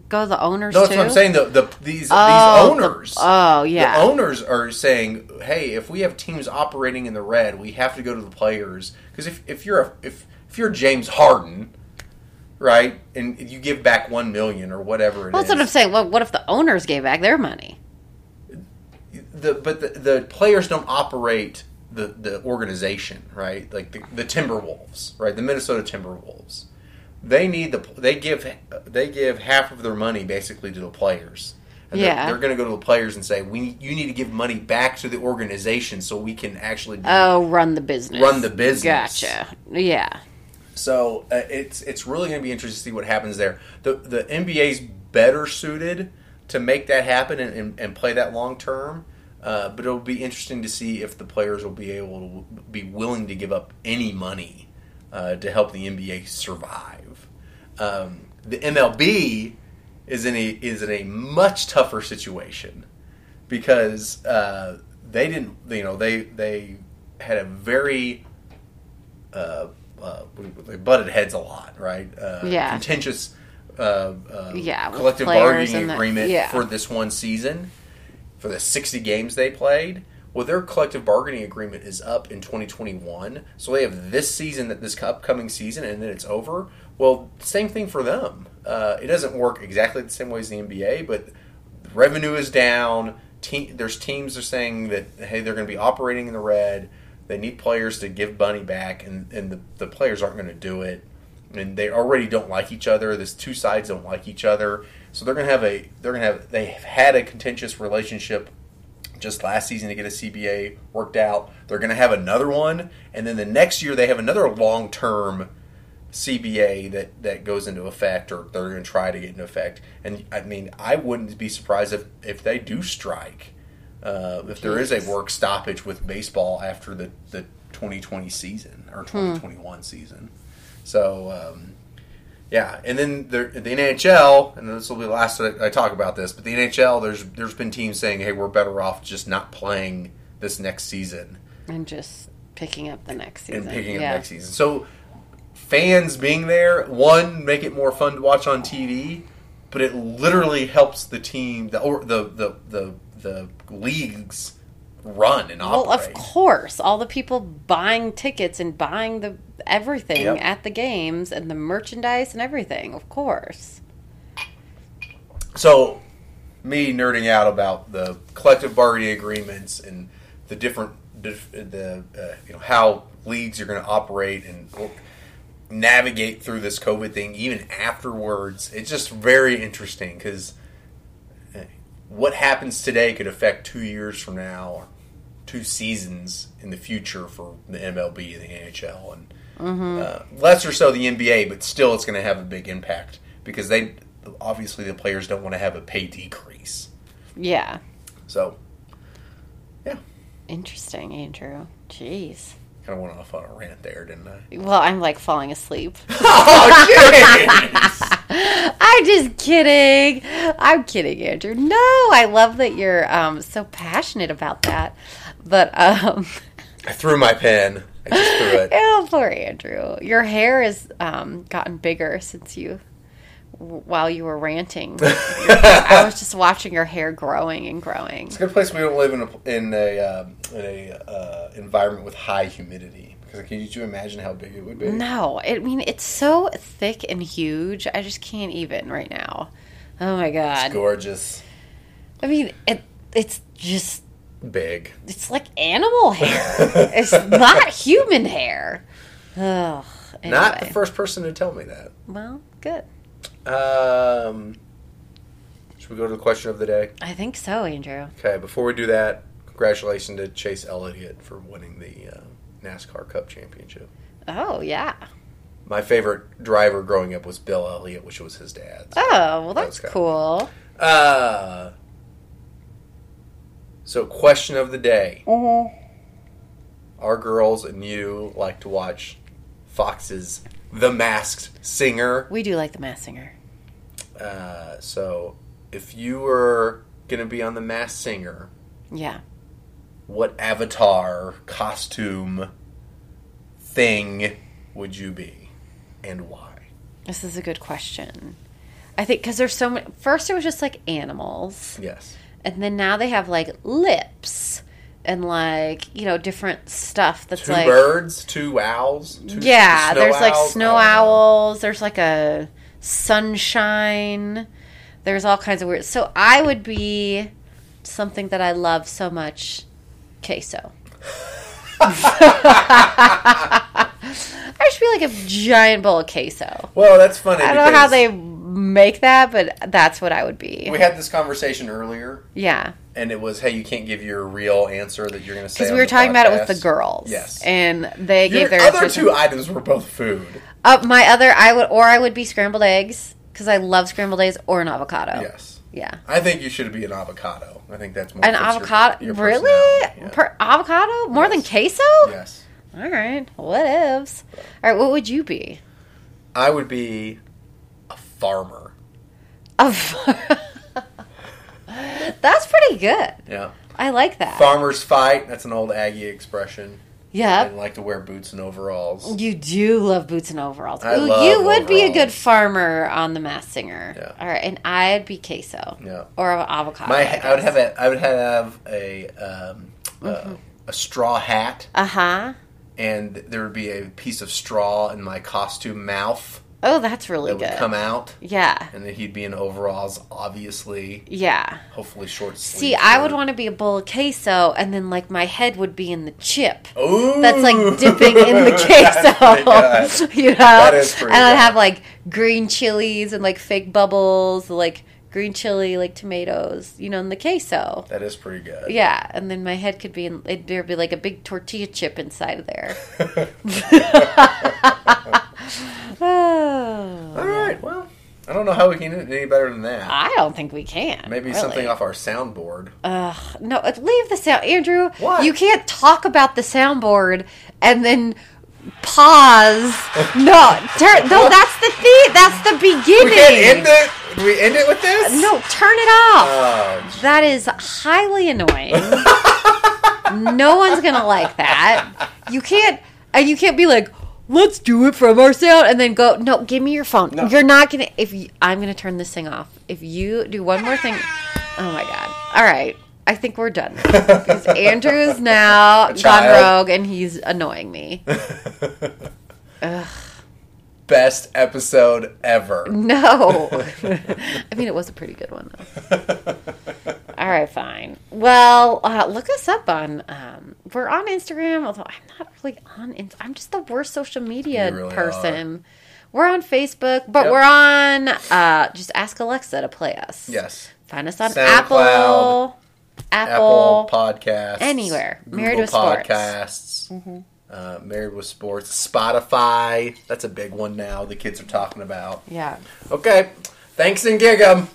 Speaker 2: Go to the owners
Speaker 1: No, that's
Speaker 2: too.
Speaker 1: what I'm saying. The, the these
Speaker 2: Oh,
Speaker 1: these
Speaker 2: the-
Speaker 1: owners,
Speaker 2: oh
Speaker 1: the
Speaker 2: yeah.
Speaker 1: owners are saying, "Hey, if we have teams operating in the red, we have to go to the players because if if you're a, if if you're James Harden." Right, and you give back one million or whatever. it
Speaker 2: well, that's what
Speaker 1: is.
Speaker 2: I'm saying. Well, what if the owners gave back their money?
Speaker 1: the but the, the players don't operate the the organization right like the, the timberwolves right the minnesota timberwolves they need the they give they give half of their money basically to the players and they're-
Speaker 2: Yeah.
Speaker 1: they're, going to go to the players and say we you need to give money back to the organization so we can actually be
Speaker 2: Oh, run the business.
Speaker 1: Run the business.
Speaker 2: Gotcha. Yeah.
Speaker 1: So uh, it's it's really going to be interesting to see what happens there. The the NBA's better suited to make that happen and, and, and play that long term, uh, but it'll be interesting to see if the players will be able to be willing to give up any money uh, to help the NBA survive. Um, the MLB is in a is in a much tougher situation because uh, they didn't you know they they had a very uh, uh, they butted heads a lot, right? Uh,
Speaker 2: Yeah.
Speaker 1: Contentious uh, uh,
Speaker 2: Yeah, with
Speaker 1: collective
Speaker 2: players
Speaker 1: bargaining
Speaker 2: and the-
Speaker 1: agreement
Speaker 2: yeah.
Speaker 1: for this one season, for the 60 games they played. Well, their collective bargaining agreement is up in 2021. So they have this season, that this upcoming season, and then it's over. Well, same thing for them. Uh, it doesn't work exactly the same way as the NBA, but revenue is down. Te- there's teams are saying that hey, they're going to be operating in the red. They need players to give money back, and, and the, the players aren't going to do it. And they already don't like each other. This two sides don't like each other, so they're going to have a they're going to have they have had a contentious relationship just last season to get a CBA worked out. They're going to have another one, and then the next year they have another long term CBA that that goes into effect, or they're going to try to get into effect. And I mean, I wouldn't be surprised if if they do strike, uh, if there is a
Speaker 2: Jeez.
Speaker 1: work stoppage with baseball after the the 2020 season or 2021 season. So. Um, yeah, and then there, the NHL, and this will be the last that I talk about this, but the NHL, there's there's been teams saying, hey, we're better off just not playing this next season
Speaker 2: And just picking up the next season.
Speaker 1: and picking up
Speaker 2: yeah.
Speaker 1: next season. So fans being there, one make it more fun to watch on TV, but it literally helps the team, the or the the the, the leagues run and operate.
Speaker 2: Well, of course, all the people buying tickets and buying the everything
Speaker 1: Yep.
Speaker 2: at the games and the merchandise and everything, of course.
Speaker 1: So, me nerding out about the collective bargaining agreements and the different, dif- the uh, you know how leagues are going to operate and navigate through this COVID thing, even afterwards, it's just very interesting because what happens today could affect two years from now or two seasons in the future for the MLB and the NHL and
Speaker 2: Mm-hmm.
Speaker 1: uh, less or so the NBA, but still it's going to have a big impact because they obviously the players don't want to have a pay decrease.
Speaker 2: Yeah.
Speaker 1: So yeah,
Speaker 2: Interesting, Andrew. Jeez.
Speaker 1: kind of went off on a rant there, didn't I?
Speaker 2: Well, I'm like
Speaker 1: (laughs)
Speaker 2: falling asleep.
Speaker 1: oh, jeez.
Speaker 2: (laughs) I'm just kidding. I'm kidding, Andrew. No, I love that you're um, so passionate about that. But um,
Speaker 1: I threw my pen. I just threw it.
Speaker 2: oh, poor Andrew. Your hair has um, gotten bigger since you, while you
Speaker 1: (laughs)
Speaker 2: were ranting. I was just watching your hair growing and growing.
Speaker 1: It's a good place we don't live in a in a um, in a uh, environment with high humidity. Because can you imagine how big it would be?
Speaker 2: No, I mean it's so thick and huge. I just can't even right now. Oh my
Speaker 1: It's
Speaker 2: god.
Speaker 1: gorgeous.
Speaker 2: I mean, it it's just
Speaker 1: big.
Speaker 2: It's like
Speaker 1: (laughs)
Speaker 2: animal hair. (laughs) it's not human hair. Ugh. Anyway.
Speaker 1: Not the first person to tell me that.
Speaker 2: well, good.
Speaker 1: Um, should we go to the question of the day?
Speaker 2: I think so, Andrew.
Speaker 1: Okay, before we do that, congratulations to Chase Elliott for winning the uh, NASCAR Cup Championship.
Speaker 2: Oh yeah.
Speaker 1: My favorite driver growing up was Bill Elliott, which was his dad's.
Speaker 2: Oh well,
Speaker 1: That's
Speaker 2: that's
Speaker 1: kinda-
Speaker 2: cool.
Speaker 1: Uh, so, question of the day.
Speaker 2: Mm-hmm.
Speaker 1: Our girls and you like to watch Fox's The Masked Singer.
Speaker 2: We do like the mass singer.
Speaker 1: Uh, so, if you were going to be on The Masked Singer,
Speaker 2: Yeah.
Speaker 1: what avatar, costume, thing would you be, and why?
Speaker 2: This is a good question. I think because there's so many. First, it was just like animals,
Speaker 1: Yes.
Speaker 2: and then now they have like lips and like you know different stuff that's
Speaker 1: Two
Speaker 2: like
Speaker 1: birds, two owls, two
Speaker 2: yeah.
Speaker 1: snow
Speaker 2: there's like
Speaker 1: owls? Oh,
Speaker 2: snow
Speaker 1: I don't know.
Speaker 2: owls. There's like a sunshine. There's all kinds of weird. So I would be something that I love so much,
Speaker 1: (laughs)
Speaker 2: queso. I should be like a giant bowl of queso.
Speaker 1: Well, that's funny.
Speaker 2: I don't know how
Speaker 1: because
Speaker 2: they make that, but that's what I would be.
Speaker 1: We had this conversation earlier,
Speaker 2: yeah,
Speaker 1: and it was, "Hey, you can't give your real answer that you're going to say."
Speaker 2: because
Speaker 1: on
Speaker 2: we were
Speaker 1: the
Speaker 2: talking about it with
Speaker 1: podcast."
Speaker 2: the girls.
Speaker 1: Yes.
Speaker 2: and they
Speaker 1: Your
Speaker 2: gave their
Speaker 1: other
Speaker 2: answers.
Speaker 1: two items were both food.
Speaker 2: Uh, my other, I would, or I would be scrambled eggs because I love scrambled eggs or an avocado.
Speaker 1: Yes,
Speaker 2: Yeah.
Speaker 1: I think you should be an avocado. I think that's more
Speaker 2: An
Speaker 1: fits your-
Speaker 2: avocado,
Speaker 1: your
Speaker 2: really?
Speaker 1: personality. Yeah.
Speaker 2: Per, avocado more
Speaker 1: Yes.
Speaker 2: than queso?
Speaker 1: yes,
Speaker 2: All right, what ifs? All right, what would you be?
Speaker 1: I would be a farmer.
Speaker 2: A (laughs) That's pretty good.
Speaker 1: Yeah.
Speaker 2: I like that.
Speaker 1: Farmers fight. That's an old Aggie expression. I
Speaker 2: yep. Mm.
Speaker 1: like to wear boots and overalls.
Speaker 2: You do love boots and overalls.
Speaker 1: I
Speaker 2: Ooh,
Speaker 1: love
Speaker 2: you would be a
Speaker 1: overalls.
Speaker 2: good farmer on the Mass Singer.
Speaker 1: Yeah.
Speaker 2: All right, and I'd be queso
Speaker 1: Yeah.
Speaker 2: or an avocado.
Speaker 1: My I would have a I would have a um,
Speaker 2: Mm-hmm.
Speaker 1: uh, a straw hat,
Speaker 2: Uh huh.
Speaker 1: and there would be a piece of straw in my costume mouth
Speaker 2: Oh, that's really
Speaker 1: that would
Speaker 2: good.
Speaker 1: come out,
Speaker 2: Yeah.
Speaker 1: and then he'd be in overalls, obviously,
Speaker 2: Yeah.
Speaker 1: hopefully short sleeves.
Speaker 2: See, I would want to be a bowl of queso, and then like my head would be in the chip.
Speaker 1: Ooh,
Speaker 2: That's
Speaker 1: Mm.
Speaker 2: like dipping
Speaker 1: (laughs)
Speaker 2: in the
Speaker 1: That's
Speaker 2: queso,
Speaker 1: pretty
Speaker 2: (laughs) you know.
Speaker 1: is pretty
Speaker 2: and I'd
Speaker 1: good.
Speaker 2: have like green chilies and like fake bubbles, like green chili, like tomatoes, you know, in the queso.
Speaker 1: good. That is pretty good.
Speaker 2: Yeah, and then my head could be in. It'd, there'd be like a big tortilla chip inside
Speaker 1: (laughs)
Speaker 2: of there. (laughs) (sighs) oh,
Speaker 1: All right. Well, I don't know how we can do it any better than that.
Speaker 2: I don't think we can.
Speaker 1: Maybe
Speaker 2: really.
Speaker 1: something off our soundboard.
Speaker 2: Ugh, no, uh, leave the sound, Andrew.
Speaker 1: What?
Speaker 2: You can't talk about the soundboard and then pause. no, turn. No, that's the thing. That's the beginning.
Speaker 1: we can't end it. Do we end it with this?
Speaker 2: No, turn it off.
Speaker 1: Oh,
Speaker 2: That is
Speaker 1: (laughs)
Speaker 2: highly annoying. no one's gonna like that. You can't, and you can't be like, "Let's do it from our sound," and then go. No, give me your phone.
Speaker 1: No.
Speaker 2: You're not gonna. If you, I'm gonna turn this thing off. If you do one more thing, oh my god. All right, I think we're done.
Speaker 1: (laughs)
Speaker 2: Now. Because Andrew's now gone
Speaker 1: child.
Speaker 2: rogue, and he's annoying me.
Speaker 1: Um, (laughs) best episode ever. (laughs)
Speaker 2: No. I mean, it was a pretty good one, though. All right, fine. Well, uh, look us up on. Um, we're on Instagram, although I'm not really on. In- I'm just the worst social media
Speaker 1: You really
Speaker 2: person. We're on Facebook, but
Speaker 1: Yep.
Speaker 2: we're on. Uh, just ask Alexa to play us.
Speaker 1: Yes.
Speaker 2: Find us on
Speaker 1: SoundCloud,
Speaker 2: Apple, Apple.
Speaker 1: Apple Podcasts.
Speaker 2: Anywhere.
Speaker 1: Google
Speaker 2: Married with Sports. Mm-hmm.
Speaker 1: Podcasts. Uh, Married with Sports. Spotify. That's a big one now. The kids are talking about.
Speaker 2: yeah.
Speaker 1: Okay. Thanks and gig 'em.